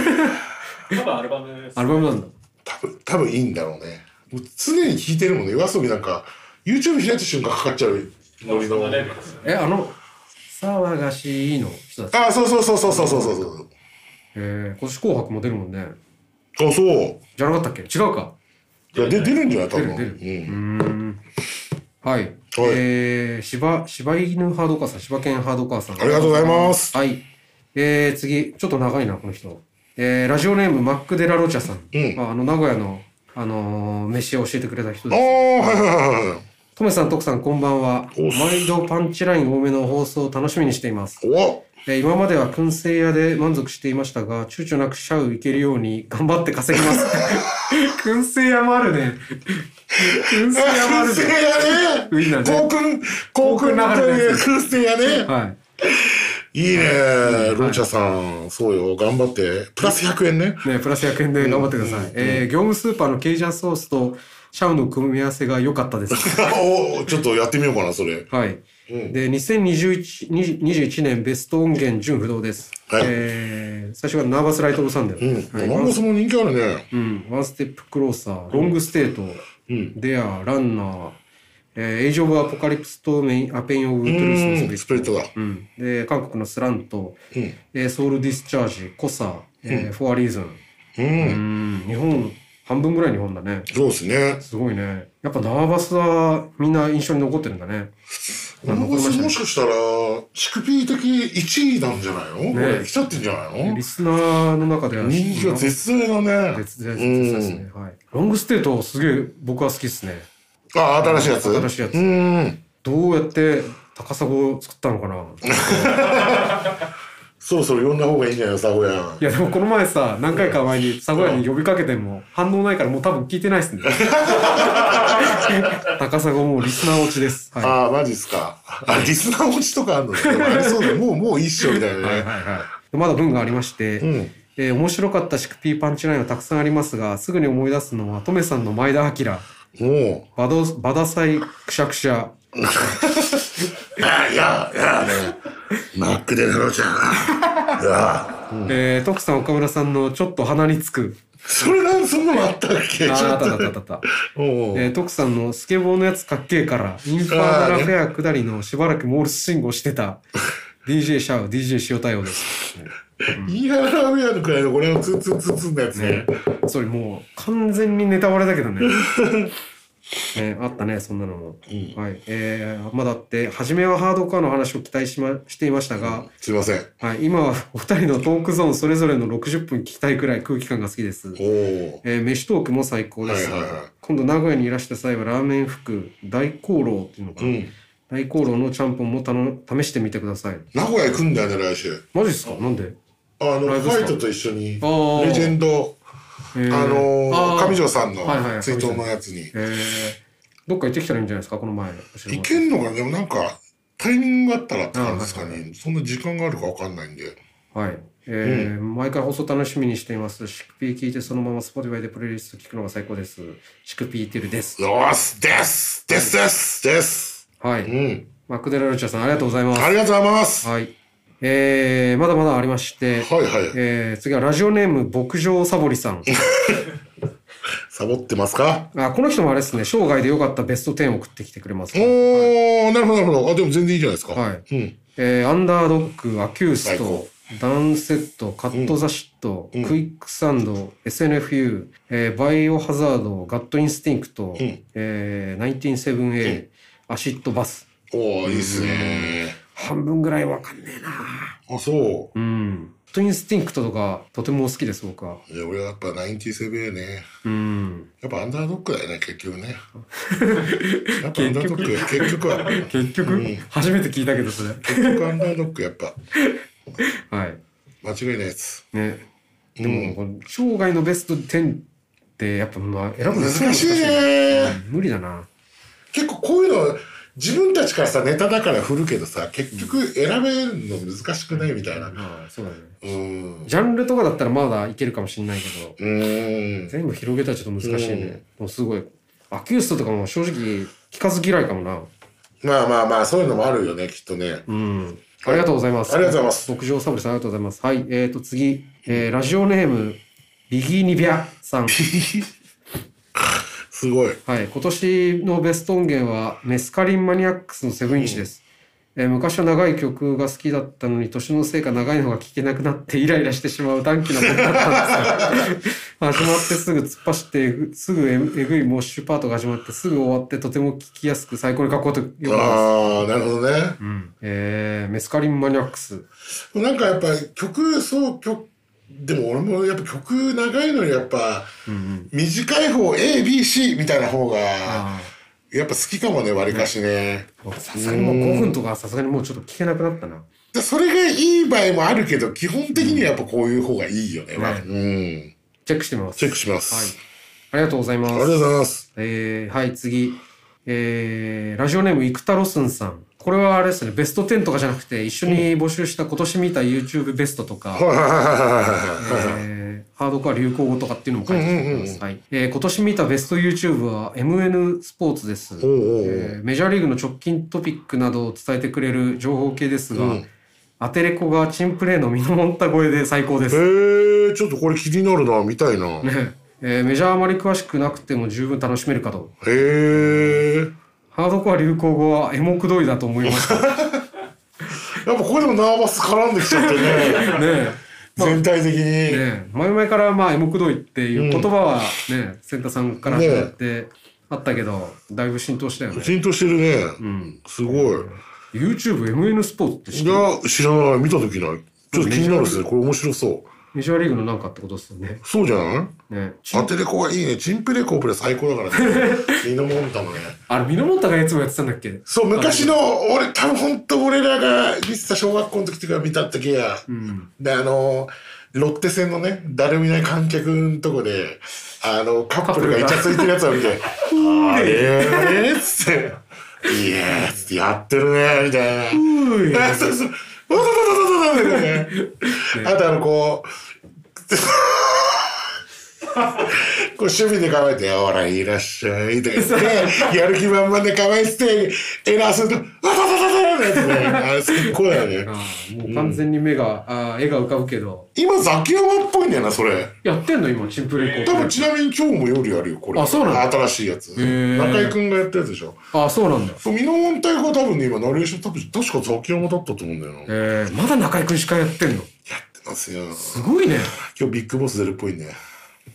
S3: 多分アルバムです
S2: アルバムなんだ。
S1: 多分多分いいんだろうねもう常に聴いてるもんね夜遊びなんか YouTube 開いた瞬間かかっちゃうノリ
S3: そ
S1: の
S3: のレベルですよね
S2: え、あの、騒がしいの人たち。
S1: ああそうそうそうそうそうそうそうそう
S2: えー、今年紅白も出るもんね。
S1: あそう
S2: じゃなかったっけ違うか。
S1: いやで出るんじゃない多
S2: 出
S1: 分
S2: る出る。う
S1: うん、
S2: ーん。はい。えー、柴、柴犬ハードカーさん、柴犬ハードカーさん。
S1: ありがとうございます
S2: はい。えー、次、ちょっと長いな、この人。えー、ラジオネーム、マック・デラ・ロチャさん。
S1: うん
S2: まああの、名古屋の、あのー飯を教えてくれた人
S1: ああ
S2: です。
S1: はいはいはいはい
S2: トメさん、トクさん、こんばんは。
S1: おっす
S2: 毎度パンチライン多めの放送を楽しみにしています。
S1: お
S2: えー今までは燻製屋で満足していましたが、躊躇なくシャウ行けるように 頑張って稼 ぎます。燻製屋もあるね。燻製屋もあ
S1: 燻
S2: る
S1: 製
S2: ね。
S1: やね
S2: ウインナーね
S1: 興奮興奮
S2: 興奮
S1: と
S2: 流れる
S1: いう
S2: やつ
S1: 燻製やね
S2: はい。
S1: いいねローチャさんそうよ頑張ってプラス100円ね
S2: ね、プラス100円で頑張ってください。えー業務スーパーのケイジャンソースとシャウの組み合わせが良かったです。
S1: おーちょっとやってみようかなそれ
S2: はい。で、2021 21年ベスト音源純不動です。
S1: はい
S2: えー最初はナーバスライトオブサンデ
S1: うん
S2: ー。はい
S1: マンゴスも人気あるね
S2: うん、ワンステップクローサー、ロングステート、デア、ランナー、えーエイジ・オブ・アポカリプスとメインアペイン・オブ・トゥルース
S1: う
S2: の
S1: ん
S2: ス
S1: スプ
S2: プリ
S1: リ
S2: ッ
S1: ッ
S2: ト。
S1: トだ
S2: うん、で韓国のスラント、えーソウル・ディスチャージ、コサ、えーフォア・リーズン。
S1: うん
S2: うん、日本、半分ぐらい日本だね。
S1: そうですね
S2: すごいね。やっぱナーバスはみんな印象に残ってるんだね。
S1: この子もしかしたら、シクピー的1位なんじゃないの、これ、来ちゃってんじゃない
S2: リスナーの中では
S1: の人気が絶大だね。
S2: 絶大絶大ですね、はい。ロングステートすげえ僕は好きですね。
S1: うん。あ、新しいやつ
S2: 新しいやつ
S1: うん。
S2: どうやって高砂を作ったのかな
S1: そろそろ呼んだ方がいいんじゃないのサゴヤン
S2: い。やでもこの前さ何回か前に佐賀屋に呼びかけても反応ないからもう多分聞いてないっす ね高砂もうリスナー落ちですはい
S1: あー、マジっすか。あ、リスナー落ちとかあるのね。でもありそうだ。もう、もう一緒みたいなね。
S2: でまだ文がありまして、
S1: ん
S2: えー面白かったシクピーパンチラインはたくさんありますがすぐに思い出すのはトメさんの前田明
S1: も
S2: バドバダサイクシャクシャ
S1: う、あ、いや、いやね。マックでなろちゃん。いや、
S2: えー、徳さん岡村さんのちょっと鼻につく
S1: それなん、そんなのあったっけち
S2: あ
S1: ょ
S2: ーあ
S1: っ
S2: ったあ
S1: と
S2: った
S1: ね。
S2: あったあった
S1: おう
S2: えー、徳さんのスケボーのやつかっけえから、インファーダラフェア下りのしばらくモールス信号し てた、DJ シャウ、DJ 塩対応です。
S1: いや、ラーメンのくらいの、これをツンツンツンツンのやつね。
S2: それもう完全にネタバレだけど ね。ね、あったねそんなのも、はいえー、まだあって初めはハードカーの話を期待し,、ま、していましたが、
S1: すいません。
S2: はい、今はお二人のトークゾーンそれぞれの60分聞きたいくらい空気感が好きです
S1: おお。
S2: えー、飯トークも最高です、
S1: はいはいはい
S2: 今度名古屋にいらした際はラーメン服大功労っていうのかな、
S1: うん
S2: 大功労のちゃんぽんもたの試してみてください
S1: 名古屋行くんだよね、来週。
S2: マジっすかなんで
S1: あの、フ
S2: ライブです
S1: ァ
S2: か
S1: イトと一緒に、レ
S2: あー
S1: ジェンド、
S2: あの
S1: あのー、上条さんの
S2: はいはい
S1: 追悼のやつに。
S2: えー、どっか行ってきたらいいんじゃないですかこの前
S1: 行けんのかなでもなんか、タイミングがあったらって
S2: あー
S1: 感じですか
S2: はいはい
S1: ね。そんな時間があるかわかんないんで。
S2: はい、えー毎回放送楽しみにしていますシクピー聞いてそのまま Spotify でプレイリスト聞くのが最高ですシクピーテルです
S1: よーすですですですです
S2: はい、
S1: うん。
S2: マクデラルチャーさんありがとうございます
S1: ありがとうございますは
S2: はいえー、まだまだありまし
S1: い
S2: て、
S1: はい。
S2: えー次はラジオネーム牧場サボりさん
S1: サボってますか
S2: あこの人もあれですね生涯で良かったベスト10を送ってきてくれます
S1: お
S2: ね、
S1: ー、なるほどなるほど。あ、でも全然いいじゃないですか。
S2: はい
S1: うん。
S2: えーアンダードッグアキュース
S1: 最
S2: ト
S1: 高
S2: ダウンセットカットザシット、クイックサンド SNFU、えーバイオハザードガットインスティンクト、えー、197A、アシットバス
S1: おー、いいっすね
S2: 半分ぐらいわかんねえな
S1: あ、そうう。
S2: んガットインスティンクトとかとても好きです僕はい
S1: や、俺はやっぱ97ね。
S2: うん
S1: やっぱアンダードックだよね、結局 ね。やっぱアンダードック、結局は。
S2: 結局、初めて聞いたけどそれ
S1: 結局アンダードックやっぱ
S2: はい
S1: 間違いないです
S2: ねでも、この生涯のベスト10ってやっぱまあ選ぶの
S1: 難しい
S2: ね
S1: ね
S2: 無理だな
S1: 結構こういうの自分たちからさネタだから振るけどさ結局選べるの難しくないみたいな
S2: ああそうだね
S1: うん
S2: ジャンルとかだったらまだいけるかもしれないけど
S1: うん
S2: 全部広げたらちょっと難しいね、でもうすごいアキューストとかも正直聞かず嫌いかもな
S1: まあまあまあそういうのもあるよねきっとね
S2: うんありがとうございます。
S1: ありがとうございます
S2: 牧場サブレさんありがとうございます。はい、えーと、次、えーラジオネーム、ビギーニビャさん。
S1: すごい
S2: はい、今年のベスト音源はメスカリンマニアックスのセブンインチです、えー昔は長い曲が好きだったのに年のせいか長いのが聴けなくなってイライラしてしまう短気な僕だったん ですが始まってすぐ突っ走ってえぐすぐええぐいモッシュパートが始まってすぐ終わってとても聴きやすく最高にかっこよくよかったです。
S1: ああなるほどね
S2: うんえーメスカリンマニアックス
S1: なんかやっぱ曲そう曲でも俺もやっぱ曲長いのにやっぱ短い方 ABC みたいな方がやっぱ好きかもねわりかしね、
S2: さすがにもう5分とかさすがにもうちょっと聴けなくなったな。
S1: でそれがいい場合もあるけど基本的にはやっぱこういう方がいいよね、
S2: ね
S1: うん
S2: チェックしてみます。
S1: チェックしま
S2: はい
S1: す、。
S2: ありがとうございます。
S1: ありがとうござい ます
S2: えーはい、次。えーラジオネーム、生田ロスンさん。これはあれですね、ベスト10とかじゃなくて、一緒に募集した今年見た YouTube ベストと
S1: はい
S2: か、
S1: はいはいはいはいはい
S2: えーハードコア流行語とかっていうのも書いてきてます。はい。えー今年見たベスト YouTube は MN スポーツです。
S1: おうおうおう
S2: えーメジャーリーグの直近トピックなどを伝えてくれる情報系ですが、アテレコがチンプレーの身のもった声で最高です
S1: え。ー、ちょっとこれ気になるな見たいなへ
S2: えーメジャーあまり詳しくなくても十分楽しめるかと。
S1: えー、
S2: ハードコア流行語はエモくどいだと思いました。ね
S1: やっぱここでもナーバス絡んできちゃって ね
S2: え。
S1: 全体的に、
S2: ねえ前々からまあエモくどいっていう言葉はね、センタさんから始まってあったけど、だいぶ浸透したよね。
S1: 浸透してるね、すごい
S2: YouTube、MN スポーツって知っ
S1: い
S2: てる
S1: や知らない見た時ないちょっと気になるですねこれ面白そう
S2: メジャーリーグのなんかってことですよね。
S1: そうじゃない
S2: ねえ
S1: アテレコがいいねチンプレコプレ最高だから ねミノモンタもね
S2: あれ、ミノモンタがいつもやってたんだっけ
S1: そう昔の俺多分本当俺らが見てた小学校の時とか見た時や、であのロッテ戦のね誰もいない観客のとこであのカップルがイチャつ いてるやつを見て「あれあれ?」っつって「いや」っつって「やってるね」みたいな。
S2: うい
S1: あそうそう。おどどどどどどみたいなね。あとあのこう。こう趣味で構えて、ほら、いらっしゃいとか言って、やる気満々で構えてて、偉そうと、わたたたたたたたたあれ、最高だよね。
S2: ああもう完全に目が、ああ絵が浮かぶけど。
S1: 今、ザキヤマっぽいんだよな、それ。
S2: やってんの今、チンプレイコ
S1: 多
S2: ー
S1: 分、ちなみに今日も夜やるよ、これ。
S2: あそうなの
S1: 新しいやつ。
S2: ー
S1: 中居くんがやったやつでしょ。
S2: ああ、そうなんだ。
S1: そう、ミノモン太鼓は多分ね、今、ナレーション多分、確かザキヤマだったと思うんだよな。やって
S2: えー、まだ中居くんしかやってんの
S1: ますよ。
S2: すごいね。
S1: 今日、ビッグボス出るっぽいね。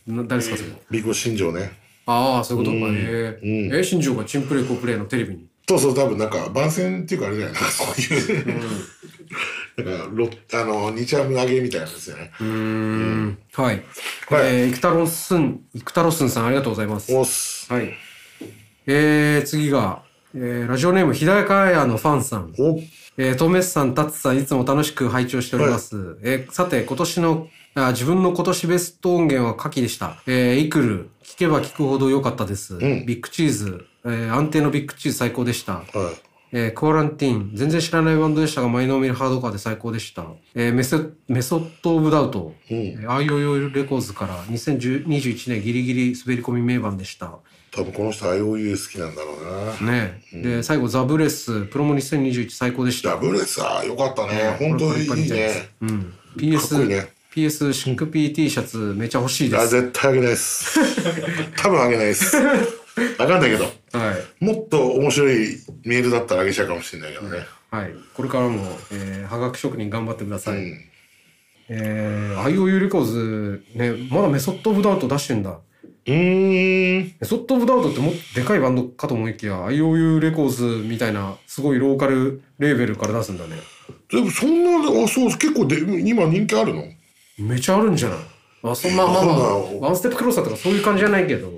S2: な誰ですか、それ。
S1: ビッグボス新庄ね。
S2: ああ、そういうことか。えーえー、新庄がチンプレイコープレイのテレビに。
S1: そうそう、多分なんか番宣っていうかあれだよね、そういう。なんかロッあの日ハム揚げみたいなやつですよね。
S2: うん。は
S1: は
S2: い。
S1: い
S2: えー、生田ロスン、生田ロスンさん、ありがとうございます。
S1: おっす。
S2: はい。えー、次が、えー、ラジオネーム、日高屋のファンさん。
S1: お
S2: えー、トメスさん、タツさん、いつも楽しく拝聴しております。えーさて、今年のあ、自分の今年ベスト音源は夏季でした。えーイクル、聞けば聞くほど良かったです。ビッグチーズ、えー安定のビッグチーズ最高でした。
S1: はい。
S2: えー、クオランティーン、全然知らないバンドでしたが、マイノーミルハードカーで最高でした。えーメソメソッド・オブ・ダウト、えー、アイオヨレコーズから2021年ギリギリ滑り込み名盤でした。
S1: 多分この人 IOU 好きなんだろうな。
S2: ねえ、で、最後、ザ・ブレス、プロモ2021最高でし
S1: ダ
S2: た。
S1: ブルさ、よかったね。本当にいいね。
S2: うん、
S1: かっこいい
S2: PS、
S1: ね
S2: PS シック PT シャツめちゃ欲しいで
S1: あ、
S2: す。
S1: 絶対あげないです。多分あげないです。わかんないけど、
S2: はい。
S1: もっと面白いメールだったらあげちゃうかもしれないけどね。
S2: はい。これからも、えー、はがき職人頑張ってください。えー、IOU レコーズ、ね、まだメソッド・オブ・ダウト出してんだ。
S1: うーん。
S2: メソッド・オブ・ダウトってもっとでかいバンドかと思いきや、IOU レコーズみたいな、すごいローカルレーベルから出すんだね。
S1: でもそんな、あ、そう、結構で今人気あるの
S2: めちゃあるんじゃないあ、そんな、まあまあ、ワンステップクローサーとかそういう感じじゃないけど、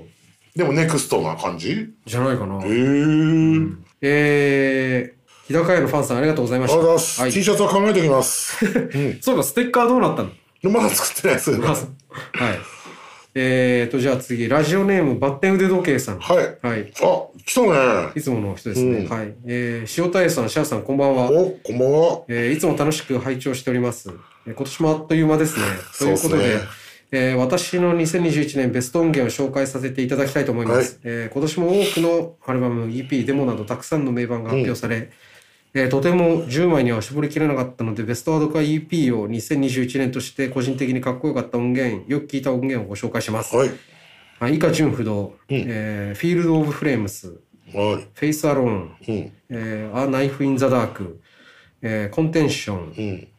S1: でもネクストな感じ
S2: じゃないかな
S1: へ。ー。
S2: えー、日高屋のファンさんありがとうございま
S1: あ
S2: した。
S1: りがとうございます。
S2: はい
S1: T シャツは考えておき ます。
S2: そういえば、ステッカーどうなったの
S1: まだ作ってないですよね。
S2: はい。えーと、じゃあ次、ラジオネーム、バッテン腕時計さん。
S1: はい。
S2: はい。
S1: あ、来たね。
S2: いつもの人ですね。
S1: うん
S2: はい。えー、塩谷さん、シャアさん、こんばんは。
S1: お、こんばんは。
S2: えーいつも楽しく拝聴しております。えー今年もあっという間ですね。と
S1: そう
S2: い
S1: で
S2: う
S1: す
S2: こ
S1: ね
S2: とで、えー私の2021年ベスト音源を紹介させていただきたいと思います。
S1: はい
S2: えー今年も多くのアルバム、EP、デモなどたくさんの名盤が発表され、えーとても10枚には絞りきれなかったので、ベストアドカ EP を2021年として個人的にかっこよかった音源、よく聞いた音源をご紹介します。
S1: はい。
S2: はい、以下純不動、えーフィールド・オブ・フレームス、
S1: は
S2: フェイス・アローン、
S1: い。うん。
S2: えー、ア・ナイフ・イン・ザ・ダーク、えーコンテンション、
S1: うん。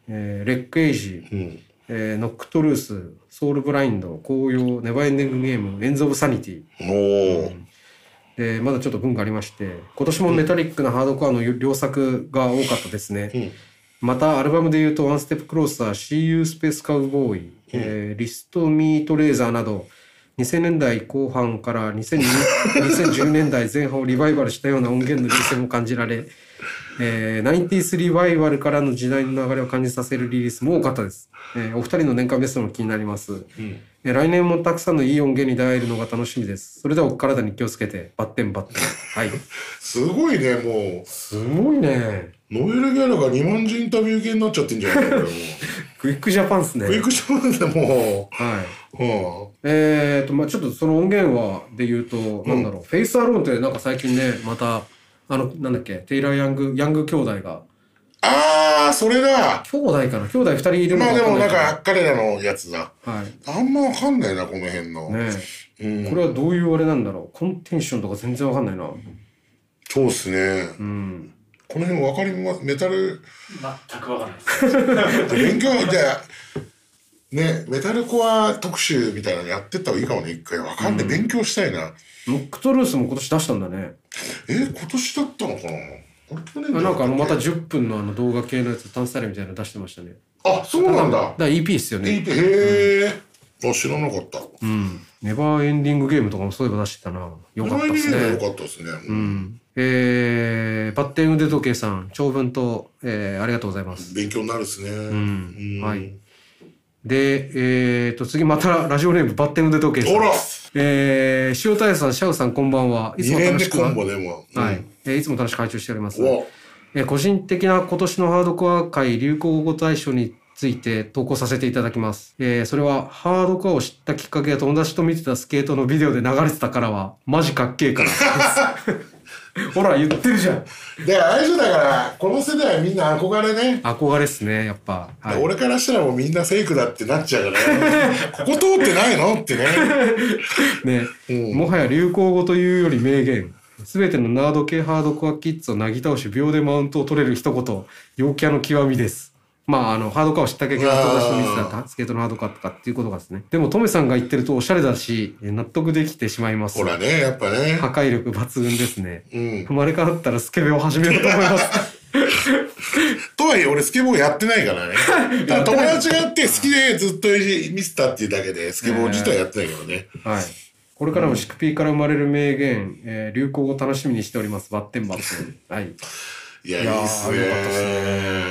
S2: えーレックエイジ、
S1: うん。
S2: えーノックトゥルース、ソウルブラインド、紅葉、ネバーエンディングゲーム、エンズ・オブ・サニティ。
S1: おー。
S2: で、まだちょっと文がありまして、今年もメタリックなハードコアの両作が多かったですね。
S1: ん
S2: また、アルバムで言うと、ワンステップクローサー、CU スペースカウボーイ、えーリストミートレーザーなど、2000年代後半から2010 2010年代前半をリバイバルしたような音源の流星も感じられ、えー、90s リバイバルからの時代の流れを感じさせるリリースも多かったです。えーお二人の年間ベストも気になります、えー来年もたくさんのいい音源に出会えるのが楽しみです。それではお体に気をつけて、バッテンバッテン。はい。
S1: すごいね、もう。
S2: すごいね。
S1: ノエル・ギャラが日本人インタビュー系になっちゃってんじゃないかな、もう。
S2: クイックジャパンっすね。
S1: クイックショーでも
S2: は
S1: う、
S2: い。
S1: うん。
S2: えーと、まあちょっとその音源は、で言うと、なんだろう、フェイスアローンってなんか最近ね、また、あの、なんだっけ、テイラー・ヤング、ヤング兄弟が、
S1: あー、それだ
S2: 兄弟かな兄弟二人いるの
S1: ま
S2: か
S1: あ
S2: わ
S1: で
S2: か
S1: も
S2: ん
S1: な
S2: な
S1: いん
S2: けど
S1: か、彼らのやつだ。
S2: はい。
S1: あんまわかんないな、この辺の。
S2: ね
S1: うん
S2: えこれはどういうあれなんだろうコンテンションとか全然わかんないな。
S1: そうですね。
S2: うん。
S1: この辺わかります。メタル、
S3: 全くわかんないです。
S1: 勉強、じゃあね、メタルコア特集みたいなのやってった方がいいかもね、一回。わかんない。勉強したいな。
S2: ノックトルースも今年出したんだね。
S1: え今年だったのかなあれ去年だ
S2: あ
S1: ったっ
S2: なん
S1: け
S2: かあのまた10分のあの動画系のやつ、探査レみたいなの出してましたね。
S1: あそうなん
S2: だ
S1: だ
S2: から EP っすよ
S1: いい
S2: ね。
S1: ってへえ、あ知らなかった
S2: うん。ネバーエンディングゲームとかもそういえば出してたな。よかった
S1: 前
S2: で
S1: に
S2: す
S1: ね
S2: ね
S1: 良。かったですね
S2: うん。えー、バッテン腕時計さん、長文と、えー、ありがとうございます。
S1: 勉強になるですねうんん
S2: はいで、えーと、次またラジオネーム、バッテン腕時計さん。
S1: ほら
S2: えー、塩谷さん、シャウさん、こんばんは。いつ
S1: 2
S2: も
S1: 連
S2: 楽
S1: で
S2: しく
S1: コ
S2: は、
S1: ンボでも
S2: はい。えーいつも楽しく会長しております
S1: う。んお
S2: えー個人的な今年のハードコア界流行語大賞について投稿させていただきます。えーそれはハードコアを知ったきっかけや友達と見てたスケートのビデオで流れてたからは、マジかっけえから。 ほら、言ってるじゃん。
S1: であれじゃだからこの世代はみんな憧れね
S2: 憧れっすね、やっぱ。はい、
S1: 俺からしたらもうみんなフェイクだってなっちゃうからね ここ通ってないのってね
S2: ね、
S1: うん
S2: もはや流行語というより名言。すべてのナード系ハードコアキッズをなぎ倒し秒でマウントを取れる一言、陽キャの極みです。まあ、あの、ハードコアを知ったけど、私と見てたスケートのハードコアとかっていうことがですね。でも、トメさんが言ってるとおしゃれだし、え納得できてしまいます。
S1: ほらねやっぱね
S2: 破壊力抜群ですね。
S1: うん
S2: 生まれ変わったらスケベを始めようと思 います。
S1: とはいえ俺スケボー やってないからねだから友達がやって好きでずっと見せたっていうだけでスケボー自体やってないけどね
S2: はい。これからもシクピーから生まれる名言、えー流行語を楽しみにしております。バッテンバッテン。はい。
S1: いや、
S2: い
S1: い
S2: やー
S1: いっす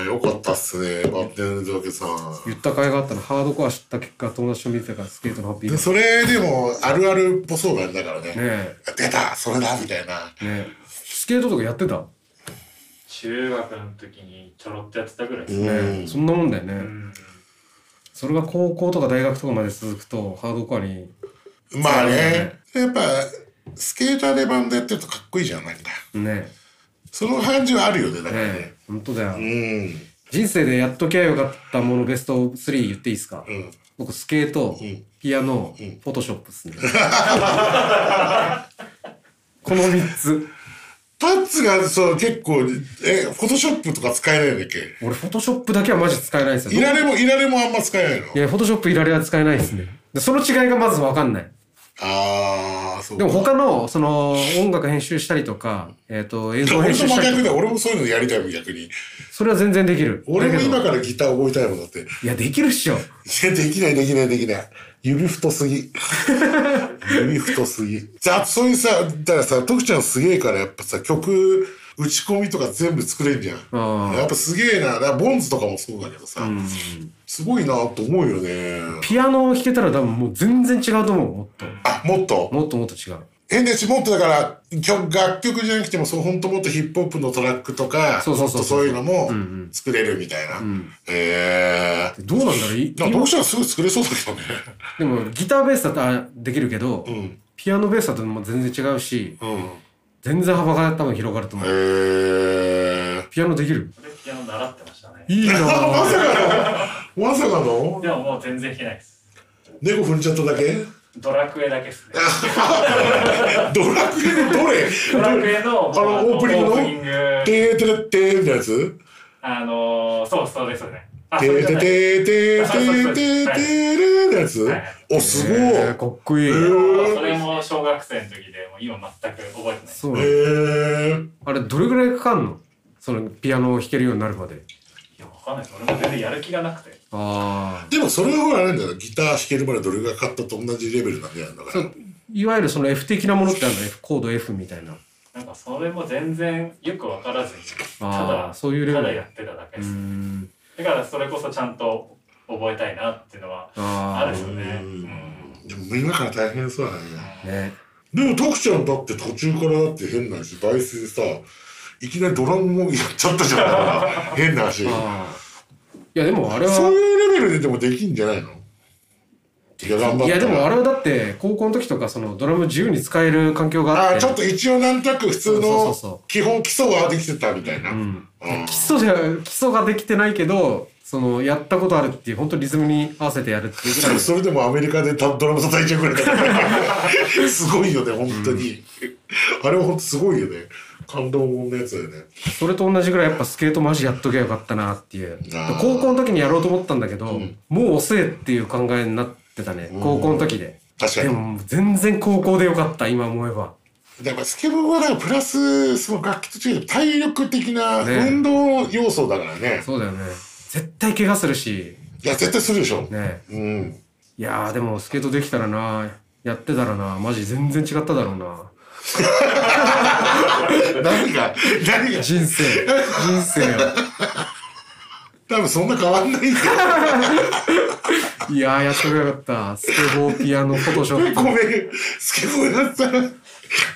S1: ね。よかったっすね。バッテンズだけさん。
S2: 言った甲斐があったのハードコア知った結果友達と見てたからスケートのハッピー
S1: で
S2: です
S1: それでも、あるあるっぽそうなんだからね。
S2: ね
S1: 出たそれだみたいな。
S2: えねえスケートとかやってた、
S3: 中学の時にちょろっとやってたぐらいで
S1: う
S3: すね。
S1: ん。
S2: そんなもんだよね、
S3: うん。
S2: それが高校とか大学とかまで続くとハードコアに
S1: まあね。
S2: そ
S1: やっぱ、スケーターでバンドやってるとかっこいいじゃん、なんか。
S2: ね
S1: その感じはあるよね、だ
S2: え
S1: か
S2: ね
S1: ら
S2: え
S1: ね。
S2: 本当だよ、
S1: うん。
S2: 人生でやっときゃよかったものベスト3言っていいですか、
S1: うん。
S2: 僕スケート、
S1: ん
S2: ピアノ、フォトショップっすねこの3つ
S1: パッツが、そう、結構、え、フォトショップとか使えないんだっけ
S2: 俺フォトショップだけはマジ使えないんです
S1: い
S2: よ
S1: られも、いられもあんま使えないの
S2: いやフォトショップいられは使えないですねでその違いがまず分かんない
S1: あー、そう
S2: で
S1: か。
S2: も他の、その、音楽編集したりとか、えっ、と、映像
S1: 俺
S2: 編
S1: と
S2: 集し
S1: 真
S2: たり
S1: 逆
S2: と
S1: だ。
S2: か、
S1: 俺もそういうのやりたいもん、逆に。
S2: それは全然できる。
S1: 俺も
S2: だけど
S1: 今からギター覚えたいもんだって。
S2: いや、できるっしょ。
S1: いや、できない、できない、できない。指太す ぎ。指太すぎ。じゃあ、そういうさ、だからさ、徳ちゃんすげえから、やっぱさ、曲、打ち込みとか全部作れんじゃん。
S2: あ
S1: やっぱすげえな。だからボンズとかもそうだけどさ、すごいなと思うよね。
S2: ピアノを弾けたら多分もう全然違うと思う。もっと。
S1: あ、もっと。
S2: もっともっと違う。
S1: 変だし、もっとだから、曲、楽曲じゃなくても、そう、ほんともっとヒップホップのトラックとか、
S2: そうそうそう
S1: もっとそういうのも
S2: うんうん
S1: 作れるみたいな。
S2: ん
S1: へえ
S2: どうなんだろうい
S1: ー。なんか読者はすぐ作れそうだけどね。
S2: でもギターベースだったらできるけど、
S1: ん
S2: ピアノベースだともう全然違うし、
S1: うん。
S2: 全然幅が多分広がると思う。
S1: へえ
S2: ピアノできる
S3: これピアノ習ってましたね。
S2: いいなぁ
S1: ー。まさかの
S3: でももう全然弾けないです。
S1: 猫踏んじゃっただけ
S3: ドラクエだけですね。
S1: ドラクエのどれ
S3: ドラクエの
S1: あのオープニングの
S3: オープニング
S1: てーてれってーみたいなやつ
S3: あのー、そうそうですよね。あ、そ
S1: て
S3: れ
S1: ー
S3: じ
S1: てー
S3: ゃない
S1: てーてーてーてーてーれーのやつ
S3: はい
S1: お、すごい。
S2: えー
S1: へ
S2: かっこいい。
S1: ー
S3: それも小学生の時で、もう今全く覚えてない。
S2: そう、
S1: ー。
S2: あれどれぐらいかかんのそのピアノを弾けるようになるまで。
S3: いや、わかんないです。俺も全然やる気がなくて。
S2: ああ。
S1: でもそれはほらあれなんだよギター弾けるまでどれが買ったと同じレベルなんだよだか
S2: そ
S1: ら
S2: ういわゆるその F 的なものってあるの F コード F みたいな。
S3: なんかそれも全然よくわからずに、た
S2: あ
S3: だ、
S2: ーそういうレベ
S3: た
S2: ル
S3: だやってただけ
S2: う
S3: で
S2: ー
S3: す。
S2: ん。
S3: だからそれこそちゃんと覚えたいなっていうのはあ
S2: あ
S3: るんですよね。うん
S1: でも今から大変そうだね
S2: あ。ね。
S1: でも徳ちゃんだって途中からだって変な話バイスでさいきなりドラムもやっちゃったじゃんだから変な話
S2: あーいやでもあれは。
S1: そういうレベルででもできんじゃないのいや頑張った
S2: いやでもあ
S1: れ
S2: れはだって高校の時とかそのドラム自由に使える環境が
S1: あ
S2: あって
S1: ちょっと一応なんとなく普通
S2: そうそう
S1: の
S2: そうそ
S1: 基本基礎はできてたみたいな、
S2: うん
S1: うん
S2: 基礎じゃ基礎ができてないけどそのやったことあるっていう本当リズムに合わせてやるっていうぐらい
S1: それでもアメリカでドラム叩いちゃうぐらいだから すごいよね本当に、あれは本当すごいよね感動もんのやつだよね
S2: それと同じぐらいやっぱスケートマジやっときゃよかったなっていう
S1: あー
S2: 高校の時にやろうと思ったんだけど、
S1: ん
S2: もう遅えっていう考えになってたね
S1: うん
S2: 高校の時で
S1: 確か
S2: で
S1: に
S2: も全然高校でよかった今思えば
S1: だからスケボーはだからプラスその楽器と違う体力的な
S2: ね
S1: 運動要素だからね
S2: そうだよね絶対怪我するし
S1: いや絶対するでしょ、
S2: ね
S1: うん
S2: いやーでもスケートできたらなやってたらなマジ全然違っただろうな
S1: 何が何が
S2: 人生人生を
S1: 多分そんな変わんないんだよ
S2: いやーやっとけばよかったスケボーピアノフォトショッ
S1: ご
S2: プ
S1: めんスケボーやったら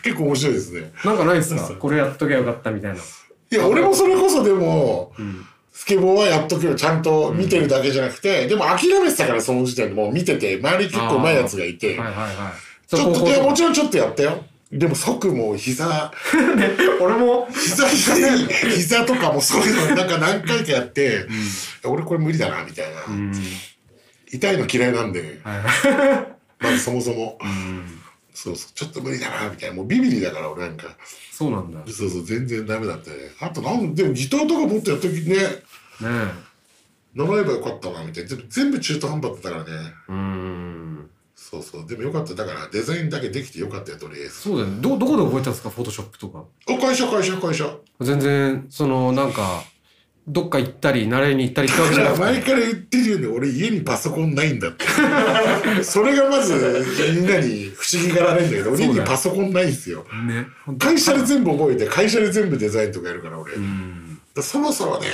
S1: 結構面白いですね
S2: なんかないですかこれやっとけばよかったみたいない
S1: や俺もそれこそでも、スケボーはやっとくよちゃんと見てるだけじゃなくて、でも諦めてたからその時点でもう見てて周り結構うまいやつがいて、
S2: はいはいはい
S1: ちょっと
S2: 高校
S1: い
S2: と
S1: や
S2: か
S1: もちろんちょっとやったよでも即もう膝
S2: ね俺も
S1: 膝膝に膝とかもそういうのなんか何回かやって、俺これ無理だなみたいな、
S2: うん
S1: 痛いの嫌いなんで
S2: はい
S1: まずそもそも、そうそうちょっと無理だなみたいなもうビビリだから俺なんか
S2: そうなんだね
S1: そうそう全然ダメだったねあとなんでもギターとかもっとやっときね習えばよかったなみたいな全部全部中途半端だったからね
S2: えうん
S1: そうそうでもよかっただからデザインだけできてよかったよとりあえず
S2: そうだよねどどこで覚えたんですかフォトショップとか
S1: お会社会社会社
S2: 全然そのなんかどっか行ったり習いに行ったりしたわ
S1: だ
S2: けじ
S1: か
S2: ゃな
S1: ら
S2: くて
S1: 前から言ってるよね俺家にパソコンないんだって それがまずみんなに不思議がられるんだけど俺
S2: そ
S1: 家
S2: うだ
S1: に
S2: よ
S1: パソコンないんですよ
S2: ね本当
S1: 会社で全部覚えて会社で全部デザインとかやるから俺、
S2: うん
S1: だそろそろね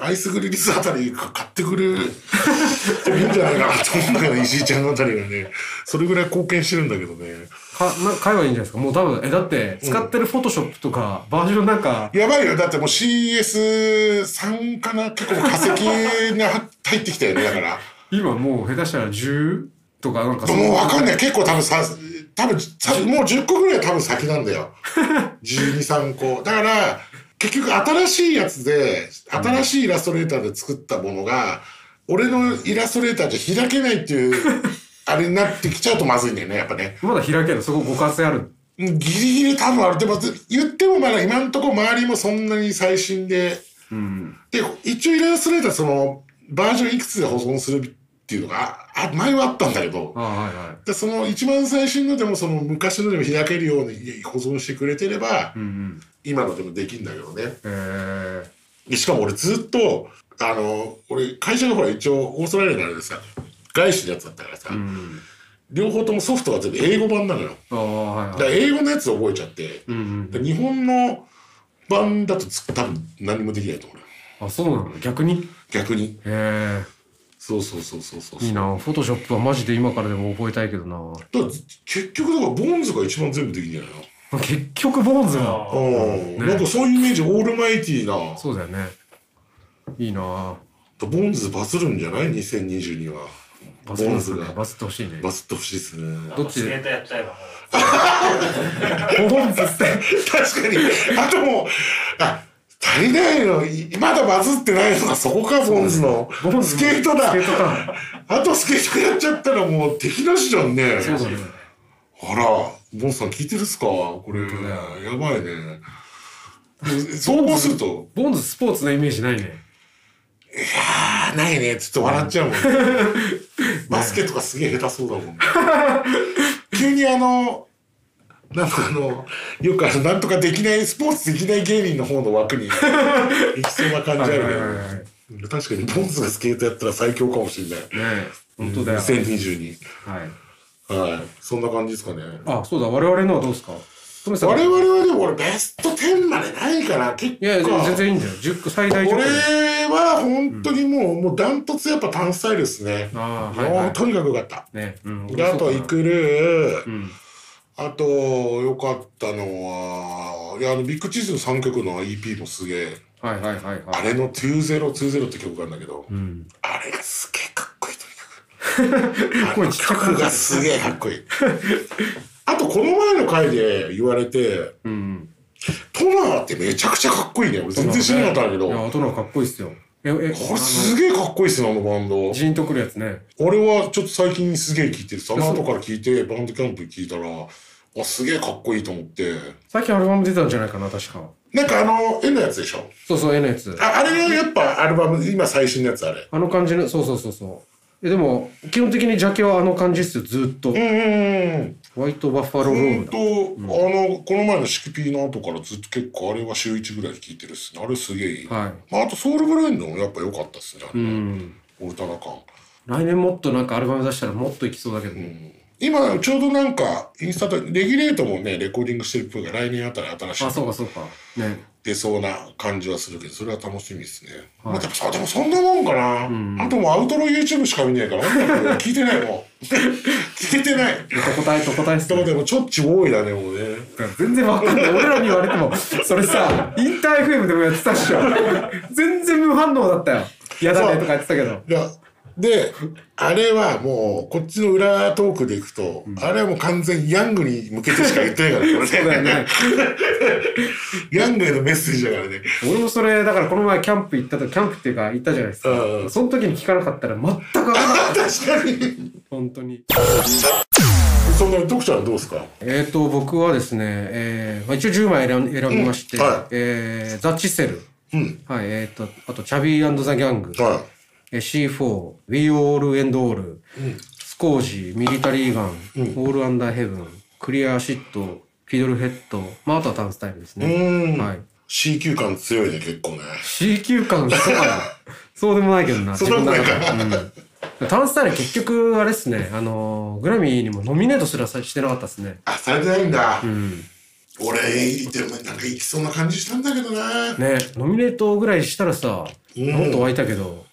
S1: アイスグリリスあたりか買ってくる でもいいんじゃないかなと思うんだけど石井ちゃんあたりがねそれぐらい貢献してるんだけどね
S2: かな買えばいいんじゃないですかもう多分えだって使ってるフォトショップとか、バージョンなんか
S1: やばいよだってもう CS3 かな結構化石が入ってきたよねだ から
S2: 今もう下手したら10とかなんかそ
S1: もうわかん
S2: い
S1: ない結構多分さ多分さもう10個ぐらい多分先なんだよ123個だから結局新しいやつで新しいイラストレーターで作ったものが俺のイラストレーターじゃ開けないっていうあれになってきちゃうとまずいんだよねやっぱね
S2: まだ開けるそこ互換性ある
S1: ギリギリ多分あるでも言ってもまだ今んとこ周りもそんなに最新で
S2: うん
S1: で一応イラストレーターそのバージョンいくつで保存するっていうのがああ前はあったんだけど
S2: あはいは
S1: でその一番最新のでもその昔のでも開けるように保存してくれてれば
S2: いうんうん
S1: 今のでもできんだけどね
S2: えー、
S1: でしかも俺ずっとあの俺会社がほら一応オーストラリアのあれですか外資のやつだったからさ、
S2: うん
S1: 両方ともソフトが全部英語版なのよ
S2: ああはい
S1: だ
S2: は
S1: か
S2: い
S1: ら英語のやつ覚えちゃって
S2: うんうん
S1: で日本の版だとつ多分何もできないと思う。
S2: あ、そうなの逆に
S1: 逆に。
S2: え
S1: そうそうそうそうそう
S2: えいいな。フォトショップはマジで今からでも覚えたいけどな。
S1: だから結局だからボーンズが一番全部できんじゃないの
S2: 結局、ボーンズが。
S3: あー
S1: うん、
S2: ね
S1: なんかそういうイメージオールマイティーな
S2: そうだよね。いいな
S1: ボーンズバズるんじゃない2022は
S2: バズります
S1: ボーン
S2: ね
S1: ズ。が
S2: バズってほしいね。
S1: バズってほしいですね
S2: どっち
S3: スケートやっちゃえばも
S2: ボーンズって。
S1: 確かに あともうあ足りないのいまだバズってないのがそこかボーンズの
S2: ボーンズ
S1: スケートだ
S2: スケートか。
S1: あとスケートやっちゃったらもう敵なしじゃんね
S2: そうだね。
S1: あらボンズさん聞いてるっすかこれやばいねで総合すると
S2: ボーンズスポーツのイメージないね。
S1: あないね。ちょっと笑っちゃうもん、バスケとかすげえ下手そうだもんね。急にあの、なんかあの、よくあの、なんとかできない、スポーツできない芸人の方の枠に行きそうな感じあ
S2: はいはいはいは
S1: るね。確かに、ボンズがスケートやったら最強かもしれない。
S2: ねえ。本当だよ。
S1: 2022。
S2: はい。
S1: はい。そんな感じですかね。
S2: あ、そうだ。我々のはどうですかトメさん。
S1: 我
S2: い
S1: 々はでも俺ベスト10までないから、結構。
S2: や、でも全然いいんだよ。10個、最大10個
S1: こ
S2: で
S1: れ。は本当にもう、もうダントツやっぱ単スタイルですね。
S2: ああ、はい、は
S1: もうとにかくよかった。
S2: い。ね。うん。
S1: であとはイクルー、
S2: ん
S1: あと良かったのはいやあのビッグチーズの3曲の EP もすげえ
S2: はいはいはいは
S1: あ
S2: い。
S1: れの「2020」って曲があるんだけど、
S2: うん。
S1: あれがすげえかっこいいとに かくあ
S2: 声
S1: の
S2: ちっちゃくなっちゃう
S1: 曲がすげえかっこいいあとこの前の回で言われて
S2: うん。
S1: トナーってめちゃくちゃかっこいいね俺全然知らなかったんだけど、
S2: いや、大人かっこいいっすよ。え、え、これ
S1: これすげえかっこいいっすねあのバンド
S2: ジーンとくるやつね。
S1: 俺はちょっと最近すげえ聞いてるその後から聞いてバンドキャンプ聞いたらあすげえかっこいいと思って
S2: さっきアルバム出たんじゃないかな、確か。
S1: なんかあの絵のやつでしょ
S2: そうそう、絵のやつ。
S1: ああれがやっぱアルバム今最新のやつあれ
S2: あの感じの、そうそうそうそう。え、でも、基本的にジャケはあの感じっすよ、ずーっと
S1: う。ん
S2: ホワイトバッファロー
S1: うん
S2: ロ
S1: う
S2: ー
S1: ん
S2: ム
S1: と
S2: だ。
S1: あのこの前のシキピーの後からずっと結構あれは週1ぐらい聞いてるっすねあれすげえいい、
S2: は
S1: まあ、あとソウルブレインのもやっぱ良かったっすねあ
S2: い。う
S1: れ
S2: ん。
S1: オルタナ感
S2: 来年もっとなんかアルバム出したらもっといきそうだけど、ね
S1: 今ちょうどなんかインスタとレギュレートもねレコーディングしてるっぽいから来年あたり新しい
S2: あ、そうかそうか。ね。
S1: 出そうな感じはするけどそれは楽しみですね、
S2: は
S1: ま
S2: い
S1: あ、でもそうでもそんなもんかな、あともうアウトロ YouTube しか見ないから音楽聞いてないも ん聞けてない
S2: と答えと答えっす
S1: でも
S2: ね。
S1: でもちょっち多いだねもうね
S2: 全然わかんない。俺らに言われても、それさ、インター FM でもやってたっしょ。全然無反応だったよ。嫌だねとか言ってたけど。
S1: いやであれはもうこっちの裏トークでいくと、あれはもう完全にヤングに向けてしか言ってないから ね
S2: そうだよね。
S1: ヤングへのメッセージだからね
S2: 俺もそれ、だからこの前キャンプ行ったと、キャンプっていうか行ったじゃないですか
S1: うんうん。
S2: その時に聞かなかったら全く分からなかった。
S1: 確かに
S2: 本当に。
S1: そんな徳ちゃんはどうですか
S2: えー、と僕はですね、えーまあ、一応10枚選選びまして、
S1: うんはい
S2: えーザ・チセル、
S1: うん
S2: はいえー、とあとチャビーザ・ギャング、
S1: は
S2: えー、C4 We All End All、スコージミリタリーガン、オール・アンダー・ヘブンクリア・シットフィドルヘッド、まあ、あとはタンスタイルです
S1: い
S2: ね、
S1: ん、
S2: はい、
S1: CQ 感強いね結構ね
S2: C 級感そう かなそうでもないけどな
S1: そうでもないか
S2: 自分の中でうん、タンスタイル結局あれですねあのーグラミーにもノミネートすらさしてなかったですね
S1: あされてないんだ、
S2: うん
S1: 俺でもなんか行きそうな感じしたんだけどな、
S2: ねノミネートぐらいしたらさ
S1: うん
S2: もっと湧いたけど、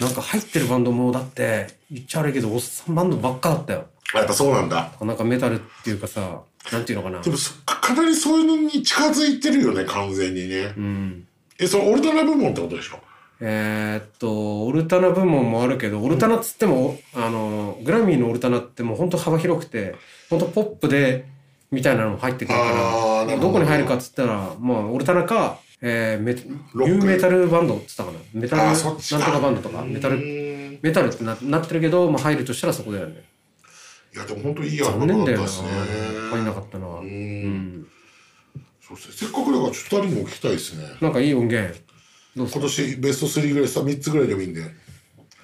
S2: なんか入ってるバンドもだって言っちゃ悪いけどおっさんバンドばっかだったよ
S1: やっぱそうなんだ
S2: なんかメタルっていうかさなんていうのかな
S1: でもそかなりそういうのに近づいてるよね完全にね、
S2: うん
S1: えそのオルタナ部門ってことでしょ
S2: えーっとオルタナ部門もあるけどオルタナっつっても、あのグラミーのオルタナってもうほんと幅広くてほんとポップでみたいなのも入ってくる
S1: あー
S2: か
S1: なる
S2: ら
S1: ほど
S2: どこに入るかっつったらまあオルタナか、えーメ
S1: ロック
S2: ニューメタルバンドっつったかなメタル
S1: あ
S2: なん
S1: ー
S2: と
S1: そっちか
S2: かバンドとかメタ
S1: う
S2: ル
S1: ーんい
S2: メタルってななってるけど、まあ、入るとしたらそこだよね。
S1: やでも本当いいアルバ
S2: 残
S1: ム
S2: 念だ
S1: だっ
S2: よ
S1: た
S2: な。
S1: しね
S2: 入んなかったな。
S1: う
S2: う
S1: ーん
S2: ん。
S1: そうですねせっかくだからちょっと2人にも聞きたいですね
S2: なんかいい音源。どうす
S1: 今
S2: か
S1: 年ベスト3ぐらいさ3つぐらいでもいいんで
S4: も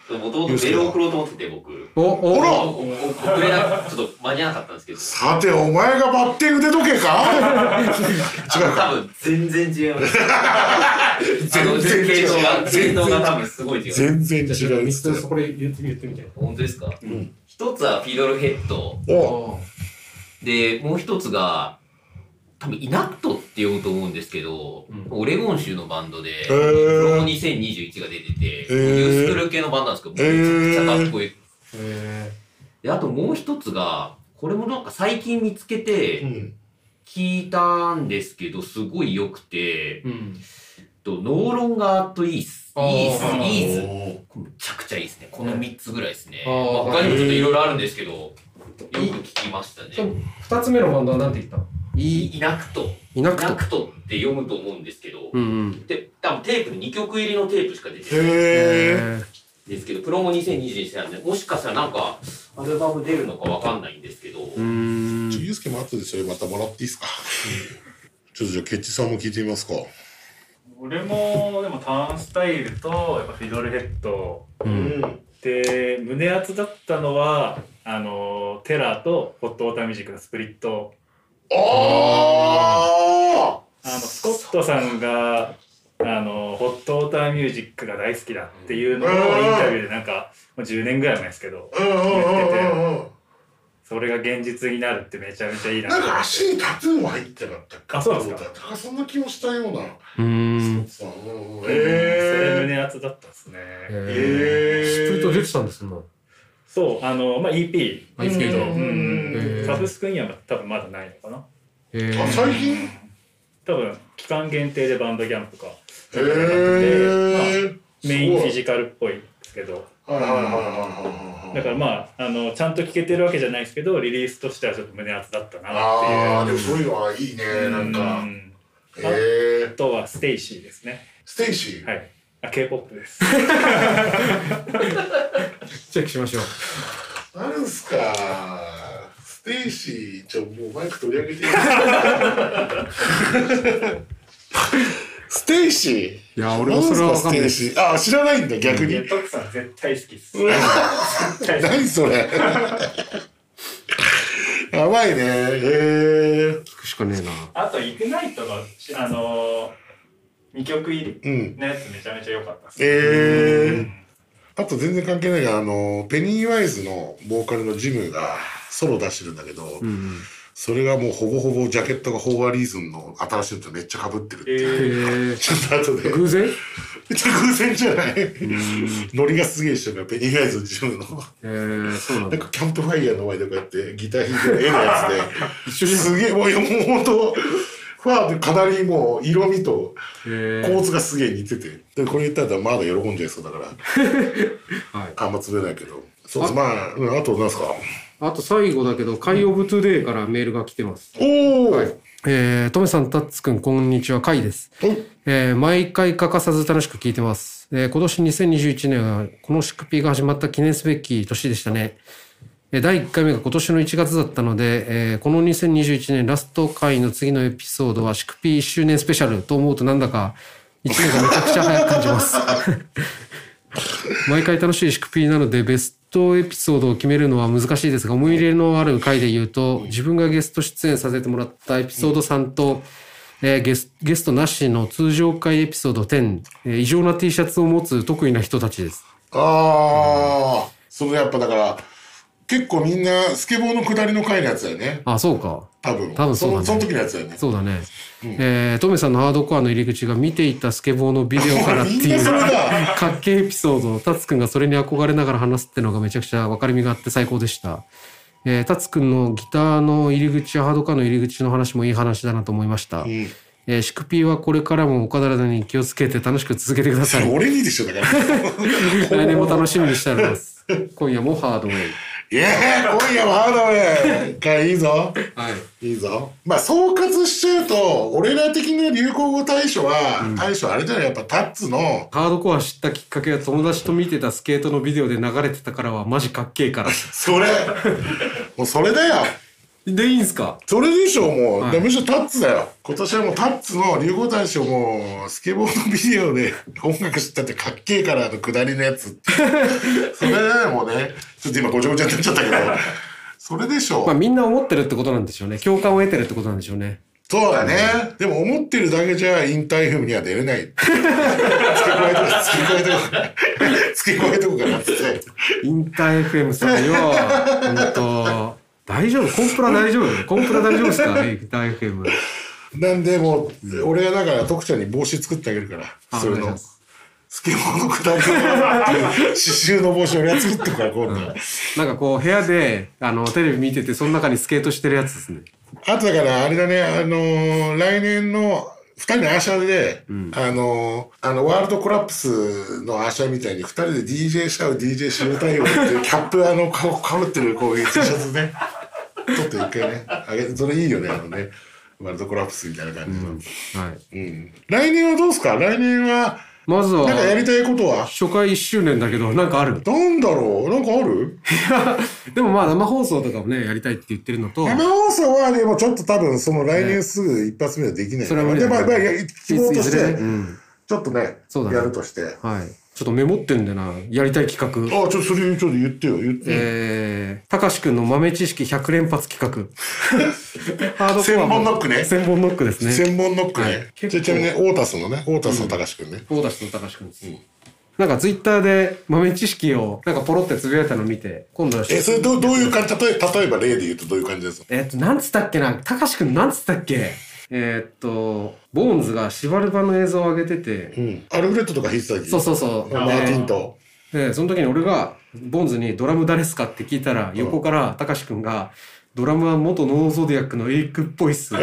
S4: ともとメール送ろうと思ってて、僕。
S2: お、お、
S1: あら
S4: おお送れなちょっと間に合わなかったんですけど。
S1: さてお前がバッティングで時計 か違うか
S4: 多分全然違います。あの
S1: 全然違
S4: 系統
S1: う
S4: が、系統が多分すごい違う。
S1: 全然違うっつって
S2: これ言ってみ、言ってみて。
S4: 本当ですか一つはフィドルヘッド。
S1: お
S2: お
S4: で、もう一つが、多分イナットってようと思うんですけど、オレゴン州のバンドで、
S1: ー
S4: プロ2021が出てて、
S1: ー
S4: ユースクール系のバンドなんですけど、めちゃくちゃかっこいい。
S3: え
S4: で、あともう一つが、これもなんか最近見つけ
S1: う
S4: て
S1: ん。
S4: 聞いたんですけど、すごい良くて、
S2: うん。
S4: とノーロンガーとイース。イ
S2: あー
S4: ース、
S3: あー
S4: イーズ。
S1: お
S4: めちゃくちゃいいですね。この3つぐらいですね。
S2: あ
S4: ま
S2: ー
S4: あ他にもちょっといろいろあるんですけど、よく聞きました
S2: その
S4: ね。
S2: 二つ目のバンドは何て言ったのい、
S4: イイナクト。
S2: い
S4: イ
S2: なく
S4: ナ
S2: と。
S4: クトって読むと思うんですけど、
S2: うんうん。
S4: で、多分テープに2曲入りのテープしか出て
S1: ー
S4: ない
S1: へえ。
S2: え
S4: ですけど、プロも2021なんで、もしかしたらなんか、アルバム出るのかわかんないんですけど、
S2: うーん。
S1: ちょ、ゆうすけも後でそれまたもらっていいですか。ちょっとじゃあ、ケッチさんも聞いてみますか。
S3: 俺もでもターンスタイルとやっぱフィドルヘッド
S2: うん。
S5: で胸熱だったのはあのテラーとホットウォーターミュージックのスプリット
S1: あ
S5: あのスコットさんがあのホットウォーターミュージックが大好きだっていうのをインタビューでなんかもう10年ぐらい前ですけど
S1: あ。うんうんうんうんうん。
S5: それが現実になるってめちゃめちゃいいな
S1: なんか足にタトゥーも入ってなかった
S5: あそうなんですか
S1: なんかそんな気もしたような。
S2: うーん。
S1: そううん
S5: それ
S1: え
S5: 胸熱だったですね、
S1: えー
S2: スプリット出てたんですもんな。
S5: そうあのまあ EP
S2: あいつけど
S1: うんうんうん
S2: へー
S5: サブスクには多分まだないのかな
S2: え
S1: あ
S2: ー。
S1: 最近へ
S5: 多分期間限定でバンドキャンプか
S1: え
S5: ー
S1: ー
S5: メインフィ
S1: す
S5: ジカルっぽいですけど
S1: ごいはいはいはいはいはいはい
S5: だからまああのちゃんと聴けてるわけじゃないですけどリリースとしてはちょっと胸熱だったなっていう
S1: ああーでもそういうのはいいねなん
S5: う
S1: か
S5: ん
S1: へえ
S5: あ
S1: ー
S5: とはステイシーですね
S1: ステイシー
S5: はいあ K-POP です
S2: チェックしましょう。
S1: あるんすかステイシーちょもうマイク取り上げて ステイシー
S2: いや、俺
S1: な
S2: も
S1: ん
S2: そ
S1: す
S2: れは
S1: か
S2: わか
S1: ス
S2: んない
S1: テ
S2: で
S1: イ
S2: す。
S1: シーあ知らないんだ逆
S3: ーい
S1: に
S3: や徳さん絶対好きっす絶対好き
S1: 何そ れやばいねへえ
S2: 聞くしかねえな。
S3: あとイグナイトのしあのー、2曲入り
S1: うん
S3: のやつめちゃめちゃ良かったっす
S1: ええあと全然関係ないがあのペニー・ワイズのボーカルのジムがソロ出してるんだけど、
S2: うん。
S1: それがもうほぼほぼジャケットがホーアリーズンの新しいのとめっちゃ被ってるって
S3: え
S1: いう、
S2: え
S3: ー
S2: ー。
S1: ちょっと後で
S2: 偶然
S1: めっちゃ偶然じゃないノリがすげえ一緒だよペニー・ワイズのジムの
S2: えー、そうなん
S1: な
S2: だ
S1: ん。かキャンプファイヤーの前でこうやってギター弾いてる絵のやつ
S2: 一緒
S1: で
S2: じゃん。
S1: すげえもういやもうほんとファーでかなりもう色味と
S2: えー
S1: 構。図がすげえ似ててでこれ言ったらまだ喜んじゃいそうだから
S2: はい。
S1: あんま潰れないけど。そうです。まあ、うんあとなんすか。
S2: あと最後だけど、カイオブトゥデイからメールが来てます。
S1: おお、
S2: はい。えー、トメさん、タッツくん、こんにちは。カイです。
S1: お
S2: えー毎回欠かさず楽しく聞いてます。えー今年2021年は、このシクピーが始まった記念すべき年でしたね。えー第1回目が今年の1月だったので、えーこの2021年ラスト回の次のエピソードは、シクピー1周年スペシャルと思うとなんだか、1年がめちゃくちゃ早く感じます。毎回楽しいシクピーなのでベストエピソードを決めるのは難しいですが思い入れのある回で言うと自分がゲスト出演させてもらったエピソード3と、えーゲスゲストなしの通常回エピソード10、えー異常な T シャツを持つ得意な人たちです。
S1: ああ、それやっぱだから。結構みんなスケボーの下りの回のやつだよね。
S2: あそうか
S1: 多分。
S2: 多分そうだね
S1: そのその時のやつだよね。
S2: そうだね、えートメさんのハードコアの入り口が見ていたスケボーのビデオからって
S1: みん
S2: い
S1: なそれ
S2: う
S1: だ。
S2: かっけえエピソードタツくんがそれに憧れながら話すってのがめちゃくちゃ分かりみがあって最高でした、えー、タツくんのギターの入り口ハードカーの入り口の話もいい話だなと思いました、
S1: うん、
S2: えー、シクピーはこれからもお体に気をつけて楽しく続けてくだ
S1: そ
S2: さ
S1: れ
S2: い
S1: 俺にでしょだから。
S2: 来年も楽しみにしております今夜もハードウェイ
S1: いや、今夜もハードウェイ。一回いいぞ。
S2: はい
S1: いいぞ。まあ総括しちゃうと、俺ら的な流行語大賞は、大賞あれじゃない、やっぱタッツの。
S2: ハードコア知ったきっかけは友達と見てたスケートのビデオで流れてたからはマジかっけえから
S1: それ。もうそれだよ。
S2: でいいんすか
S1: それでしょうもう、
S2: はい
S1: でむしろタッツだよ今年はもうタッツの流行大賞もうスケボーのビデオで音楽知ったってかっけえからの下りのやつって それだよもうねちょっと今ごちゃごちゃになっちゃったけどそれでしょう、
S2: まあみんな思ってるってことなんでしょうね共感を得てるってことなんでしょうね
S1: そうだねでも思ってるだけじゃ引退風には出れない付け加えとか付け加えとか付け加えとかなってて
S2: インター FM さん よ、本当。大丈夫コンプラ大丈夫コンプラ大丈夫ですかインター FM。
S1: なんでもう俺がだから徳ちゃんに帽子作ってあげるから
S2: あ
S1: それ
S2: お願いし
S1: の
S2: ます
S1: スケボーのくだり刺繍の帽子俺が作ってくから今度、
S2: なんかこう部屋であのテレビ見ててその中にスケートしてるやつですね
S1: あとだからあれだねあのー来年の2人のアーシャで、あのーあのワールドコラプスのアーシャみたいに2人で DJ シャウ DJ シュータイムっていうキャップあのかかぶってるこういう T シャツ ねちょっと一回ねあげそれいいよねあのねワールドコラプスみたいな感じの、うん
S2: はい
S1: 来年はどうですか来年は
S2: まずは
S1: なんかやりたいことは
S2: 初回1周年だけどなんかある
S1: なんだろうなんかあ る
S2: でもまあ生放送とかもねやりたいって言ってるのと
S1: 生放送はでもちょっと多分その来年すぐ一発目はできない、
S2: それは無理
S1: で
S2: だね
S1: まあまあいや希望と
S2: い
S1: し
S2: ずれね
S1: て
S2: うん
S1: ちょっとね
S2: そうだね
S1: やるとして
S2: はいちょっとメモってんだよなやりたい企
S1: あ
S2: 画
S1: ちょっとそれちょっと言ってよ言って、
S2: えー、たかしくんの豆知識100連 発企画ハードコア
S1: 千本ノックね
S2: 千本ノックですね
S1: 専門ノックね、
S2: はい
S1: ちなみにねオータスのねオータスの高志くんね、
S2: 大田市の高橋くんです、なんかツイッターで豆知識をなんかポロってつぶやいたの見て今度は
S1: えそれどうどういう感じ例え例えば例で言うとどういう感じですか
S2: えっとなんつったっけな高橋くんなんつったっけえーっとボーンズがシバルバの映像を上げてて、
S1: うんアルフレッドとか弾いてた時
S2: そうそうそう
S1: マーティンと
S2: でその時に俺がボンズに「ドラム誰っすか?」って聞いたら横からたかしくんが「ドラムは元ノーゾディアックのエイクっぽいっす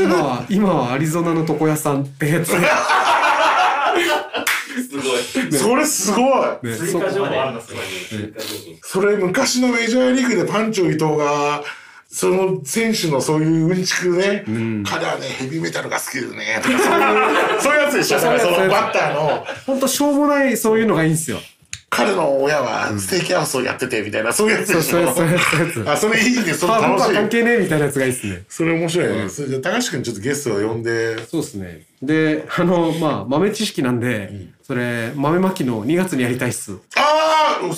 S2: 今は今はアリゾナの床屋さん」ってやつ、ね、
S4: すごい。
S1: それすごい
S2: そ
S5: 追
S2: こ
S5: 加情報あるのすごい。
S1: それ昔のメジャーリーグでパンチョ伊藤がその選手のそういううんちくね、彼はねヘビーメタルが好きですねとかそういう そういうやつでしょだからそ
S2: そういうや
S1: の
S2: つ
S1: バッターの
S2: ほんとしょうもないそういうのがいいんすよ
S1: 彼の親はステーキハウスをやっててみたいなそういうやつ
S2: そ
S1: で
S2: う
S1: し
S2: そう
S1: ょ
S2: そうそうそう
S1: あそれいいねそれ
S2: まあ
S1: 楽
S2: 僕は
S1: し
S2: 関
S1: い
S2: 係ねえみたいなやつがいいっすね
S1: それ面白いね、それじゃあ高橋君ちょっとゲストを呼んで
S2: そうですねであのまあ豆知識なんで、それ豆まきの2月にやりたいっす
S1: ああい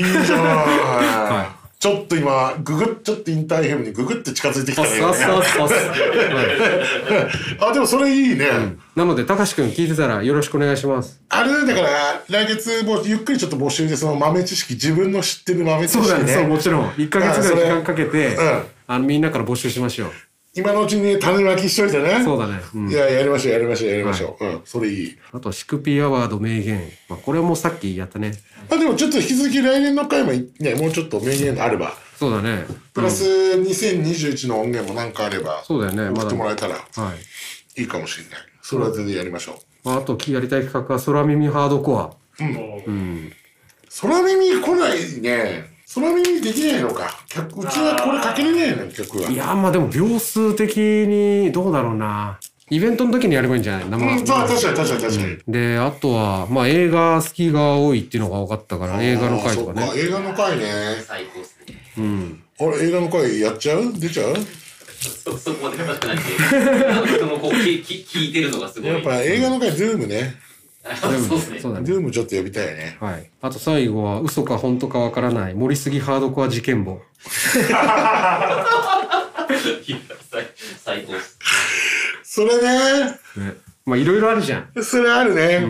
S1: いじゃない、
S2: は
S1: ちょっと今ググっちょっとインターヘムにググって近づいてきた
S2: パ
S1: ね
S2: ス
S1: 今
S2: パ
S1: ね
S2: スパスパス、はい
S1: あでもそれいいね、
S2: なのでたかしくん聞いてたらよろしくお願いします
S1: あれだから来月もゆっくりちょっと募集でその豆知識自分の知ってる豆知識、ね、
S2: そうもちろん1か月ぐらい時間かけて、
S1: うん
S2: あのみんなから募集しましょう
S1: 今のうちに種まきしといてね
S2: そうだね、うん
S1: いややりましょうやりましょうやりましょう、うんそれいい
S2: あとはシクピーアワード名言、まあ、これはもうさっきやったね
S1: あでもちょっと引き続き来年の回もねもうちょっと名言あれば
S2: そうだね
S1: プラス2021の音源も何かあれば
S2: そうだよね
S1: 送
S2: ま
S1: っ
S2: だ
S1: てもらえたら
S2: はい、
S1: いいかもしれないそれは全然やりましょう
S2: まあ、あとやりたい企画は空耳ハードコア
S1: 空耳来ないね空耳できないのか客うちはこれかけれないの曲はい
S2: やまあでも秒数的にどうだろうなイベントの時にやればいいんじゃない生、
S1: うん、そう確かに確かに確かに、
S2: であとはまあ映画好きが多いっていうのが分かったから映画の回とか
S1: あーそっ
S2: ね
S1: 映画の回ね
S4: 最高ですね。
S1: あれ映画の回やっちゃう出ちゃう
S4: そ、そこまで深くないんで。なんか人もこう、き、き、聞いてるのがすごい。
S1: やっぱ映画の回ズームね
S4: あ
S2: でも
S4: そうですね。
S2: そうだね
S1: ズームちょっと呼びたいね
S2: はい。あと最後は、嘘か本当かわからない、盛りすぎハードコア事件簿。
S4: いや最最高です。
S1: それね
S2: まあ、いろいろあるじゃん。
S1: それあるね、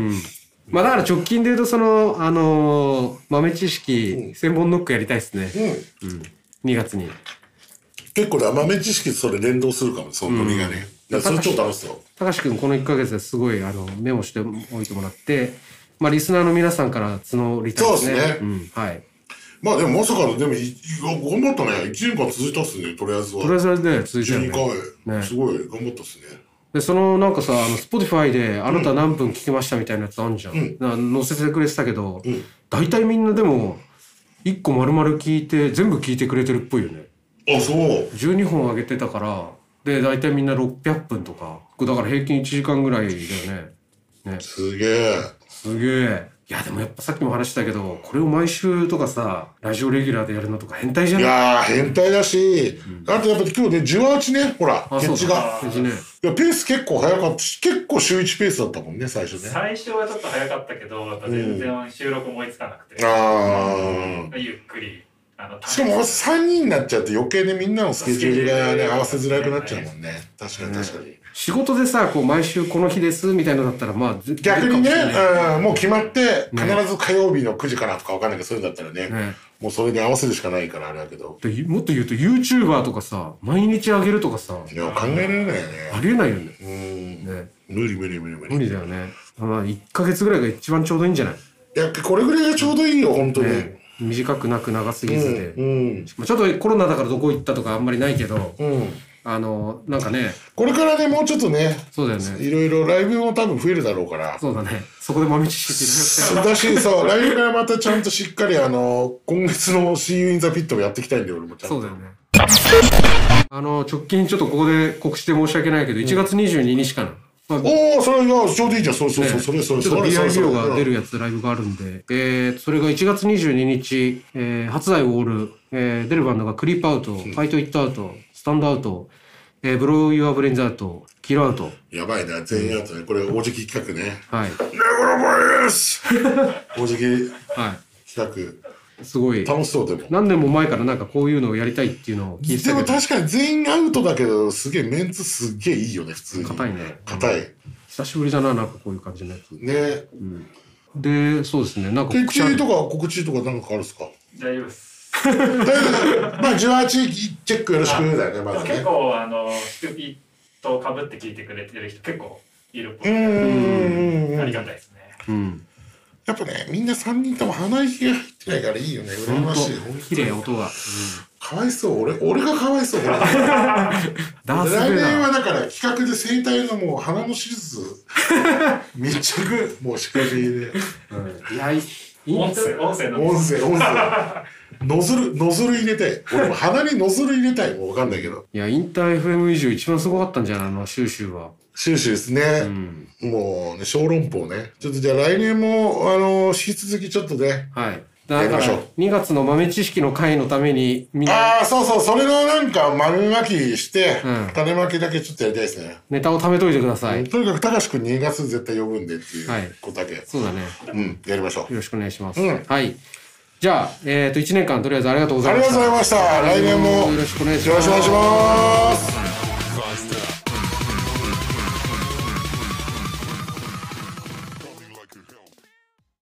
S2: まあ、だから直近で言うと、その、あのー豆知識、千本ノックやりたいですね。
S1: う
S2: 2月に。
S1: 結構ね豆知識とそれ連動するかもそのノリがね、だからそれちょっと楽しそう
S2: たかしくん、この1ヶ月ですごい、あの、メモしておいてもらって、まあ、リスナーの皆さんから募りたいですね。
S1: そうですね
S2: ん。はい。
S1: まあでもまさかのでもいい頑張ったね1年間続いたっすねとりあえずは
S2: とりあえずあれね、続いて
S1: 12
S2: る、ね。
S1: 回、
S2: ね
S1: すごい頑張ったっすね
S2: で、その、なんかさ、あの、Spotify で、あなた何分聞きましたみたいなやつあんじゃん。な載せてくれてたけど、大体みんなでも、1個丸々聞いて、全部聞いてくれてるっぽいよね。
S1: あそう
S2: 12本上げてたからで大体みんな600分とかだから平均1時間ぐらいだよねね
S1: すげえ
S2: すげえいやでもやっぱさっきも話したけどこれを毎週とかさラジオレギュラーでやるのとか変態じゃ
S1: い
S2: ない
S1: やー変態だし、あとやっぱ今日ね18ねほら
S2: あ
S1: ケ
S2: そう
S1: チ
S2: だ
S1: が
S2: うちね
S1: いやペース結構早かったし結構週1ペースだったもんね最初ねあ
S5: 最初はちょっと早かったけど、やっぱ全然収録も追いつかなくて、
S1: あー
S5: ゆっくり、ああの
S1: しかも3人になっちゃって余計ねみんなのスケジュール
S5: ス
S1: が
S5: ケジュ
S1: ね
S5: ール
S1: 合わせづらくなっちゃうもんね確かに確かに、
S2: 仕事でさ、こう、毎週この日です、みたいなのだったら、まあ、ず
S1: 逆に
S2: 出
S1: ね
S2: るかもしれない
S1: うん、もう決まって必ず火曜日の9時からとかわかんないけどそういうんだったらね
S2: ね
S1: もうそれに合わせるしかないからあれだけど
S2: でもっと言うと、YouTuber とかさ、毎日上げるとかさ、
S1: いや考えられないよ
S2: あ
S1: ね
S2: りえないよね。
S1: うん
S2: ね
S1: 無理無理無理無理
S2: 無理だよね。まあ、1ヶ月ぐらいが一番ちょうどいいんじゃない
S1: いやこれぐらいがちょうどいいよ本当に、
S2: ね短くなく長すぎずで。
S1: うん
S2: まあちょっとコロナだからどこ行ったとかあんまりないけど、
S1: うん、うん、
S2: あの、なんかね、
S1: これからねもうちょっとね
S2: そうだよね。
S1: いろいろライブも多分増えるだろうから
S2: そうだね。そこで豆知識
S1: そうだしそうライブからまたちゃんとしっかりあの今月の「See You in the Pit」もやっていきたいんで俺もちゃんと
S2: そうだよね。あの、直近ちょっとここで告知して申し訳ないけど、1月22日かな。まあ
S1: おおそれがちょうどいいじゃんそうそうそう、それそれ
S2: ちょ
S1: そ
S2: っと
S1: れそれそ
S2: BIBO
S1: れ
S2: が出るやつライブがあるんで、えー、それが1月22日、えー、初代オール、えー、出るバンドがクリープアウト、ファイトイットアウト、スタンドアウト、えー、ブローユアブレンズアウト、キルアウト、
S1: やばいな全員アウトねこれ大関企画 ね
S2: はい、
S1: 「ネゴロボイス! 」大関
S2: は
S1: 企
S2: い、すごい
S1: 画。楽しそうでも
S2: 何年も前からなんかこういうのをやりたいっていうのを聞いて
S1: で
S2: た
S1: も
S2: けど、
S1: 確かに全員アウトだけどすげえメンツすげえいいよね普通に
S2: 硬いね
S1: 硬い
S2: 久しぶりだな、なんかこういう感じのやつ。
S1: ね
S2: で、そうですね、なんか
S1: 告
S2: 口ある
S1: 知とか告知とか何かあるんですか
S5: 大丈夫です
S1: まあ18チェックよろしくだよねま
S5: でも
S1: ずね
S5: 結構あのスクピッとかぶって聞いてくれてる人結構いるっぽい
S1: うん
S5: ありがたいですね
S2: うん、
S1: やっぱねみんな3人とも鼻息が入ってないからいいよね羨
S2: 本
S1: ましい本
S2: 当
S1: 当
S2: 綺
S1: に
S2: 麗音が。
S1: かわいそう俺俺がかわいそうこれ
S2: ダース
S1: 来
S2: ベイダ
S1: 年
S2: ー
S1: はだから企画で声帯のもう鼻の手術 密着もう仕掛けで
S2: いや、いいいい
S5: 音声音声の
S1: 音声音声ノズルノズル入れたい俺も鼻にノズル入れたいもう分かんないけど
S2: いや、インター FM 以上一番すごかったんじゃないの、シューシューは。
S1: シューシューですね、
S2: うん。
S1: もうね小籠包ねちょっとじゃあ来年もあの引き続きちょっとね
S2: はい。
S1: や
S2: だ
S1: り
S2: か
S1: ましょ
S2: ら
S1: う、
S2: 2月の豆知識の会のために、みんな
S1: ああそうそうそれのなんか丸まきして、
S2: うん
S1: 種まきだけちょっとやりたいですね
S2: ネタを貯めといてください。
S1: とにかく高志くん2月絶対呼ぶんでってい
S2: はいう
S1: ことだけ、
S2: そうだね。よ
S1: うんやりましょう
S2: ろしくお願いします。
S1: うん
S2: はい。じゃあ、えっ、と、1年間とりあえずありがとうござ
S1: あ
S2: い
S1: り
S2: ま
S1: が
S2: し
S1: とう
S2: た。
S1: ございました来年も
S2: よろしくお願いし
S1: よ
S2: ま
S1: ろし
S2: す。
S1: くお願いします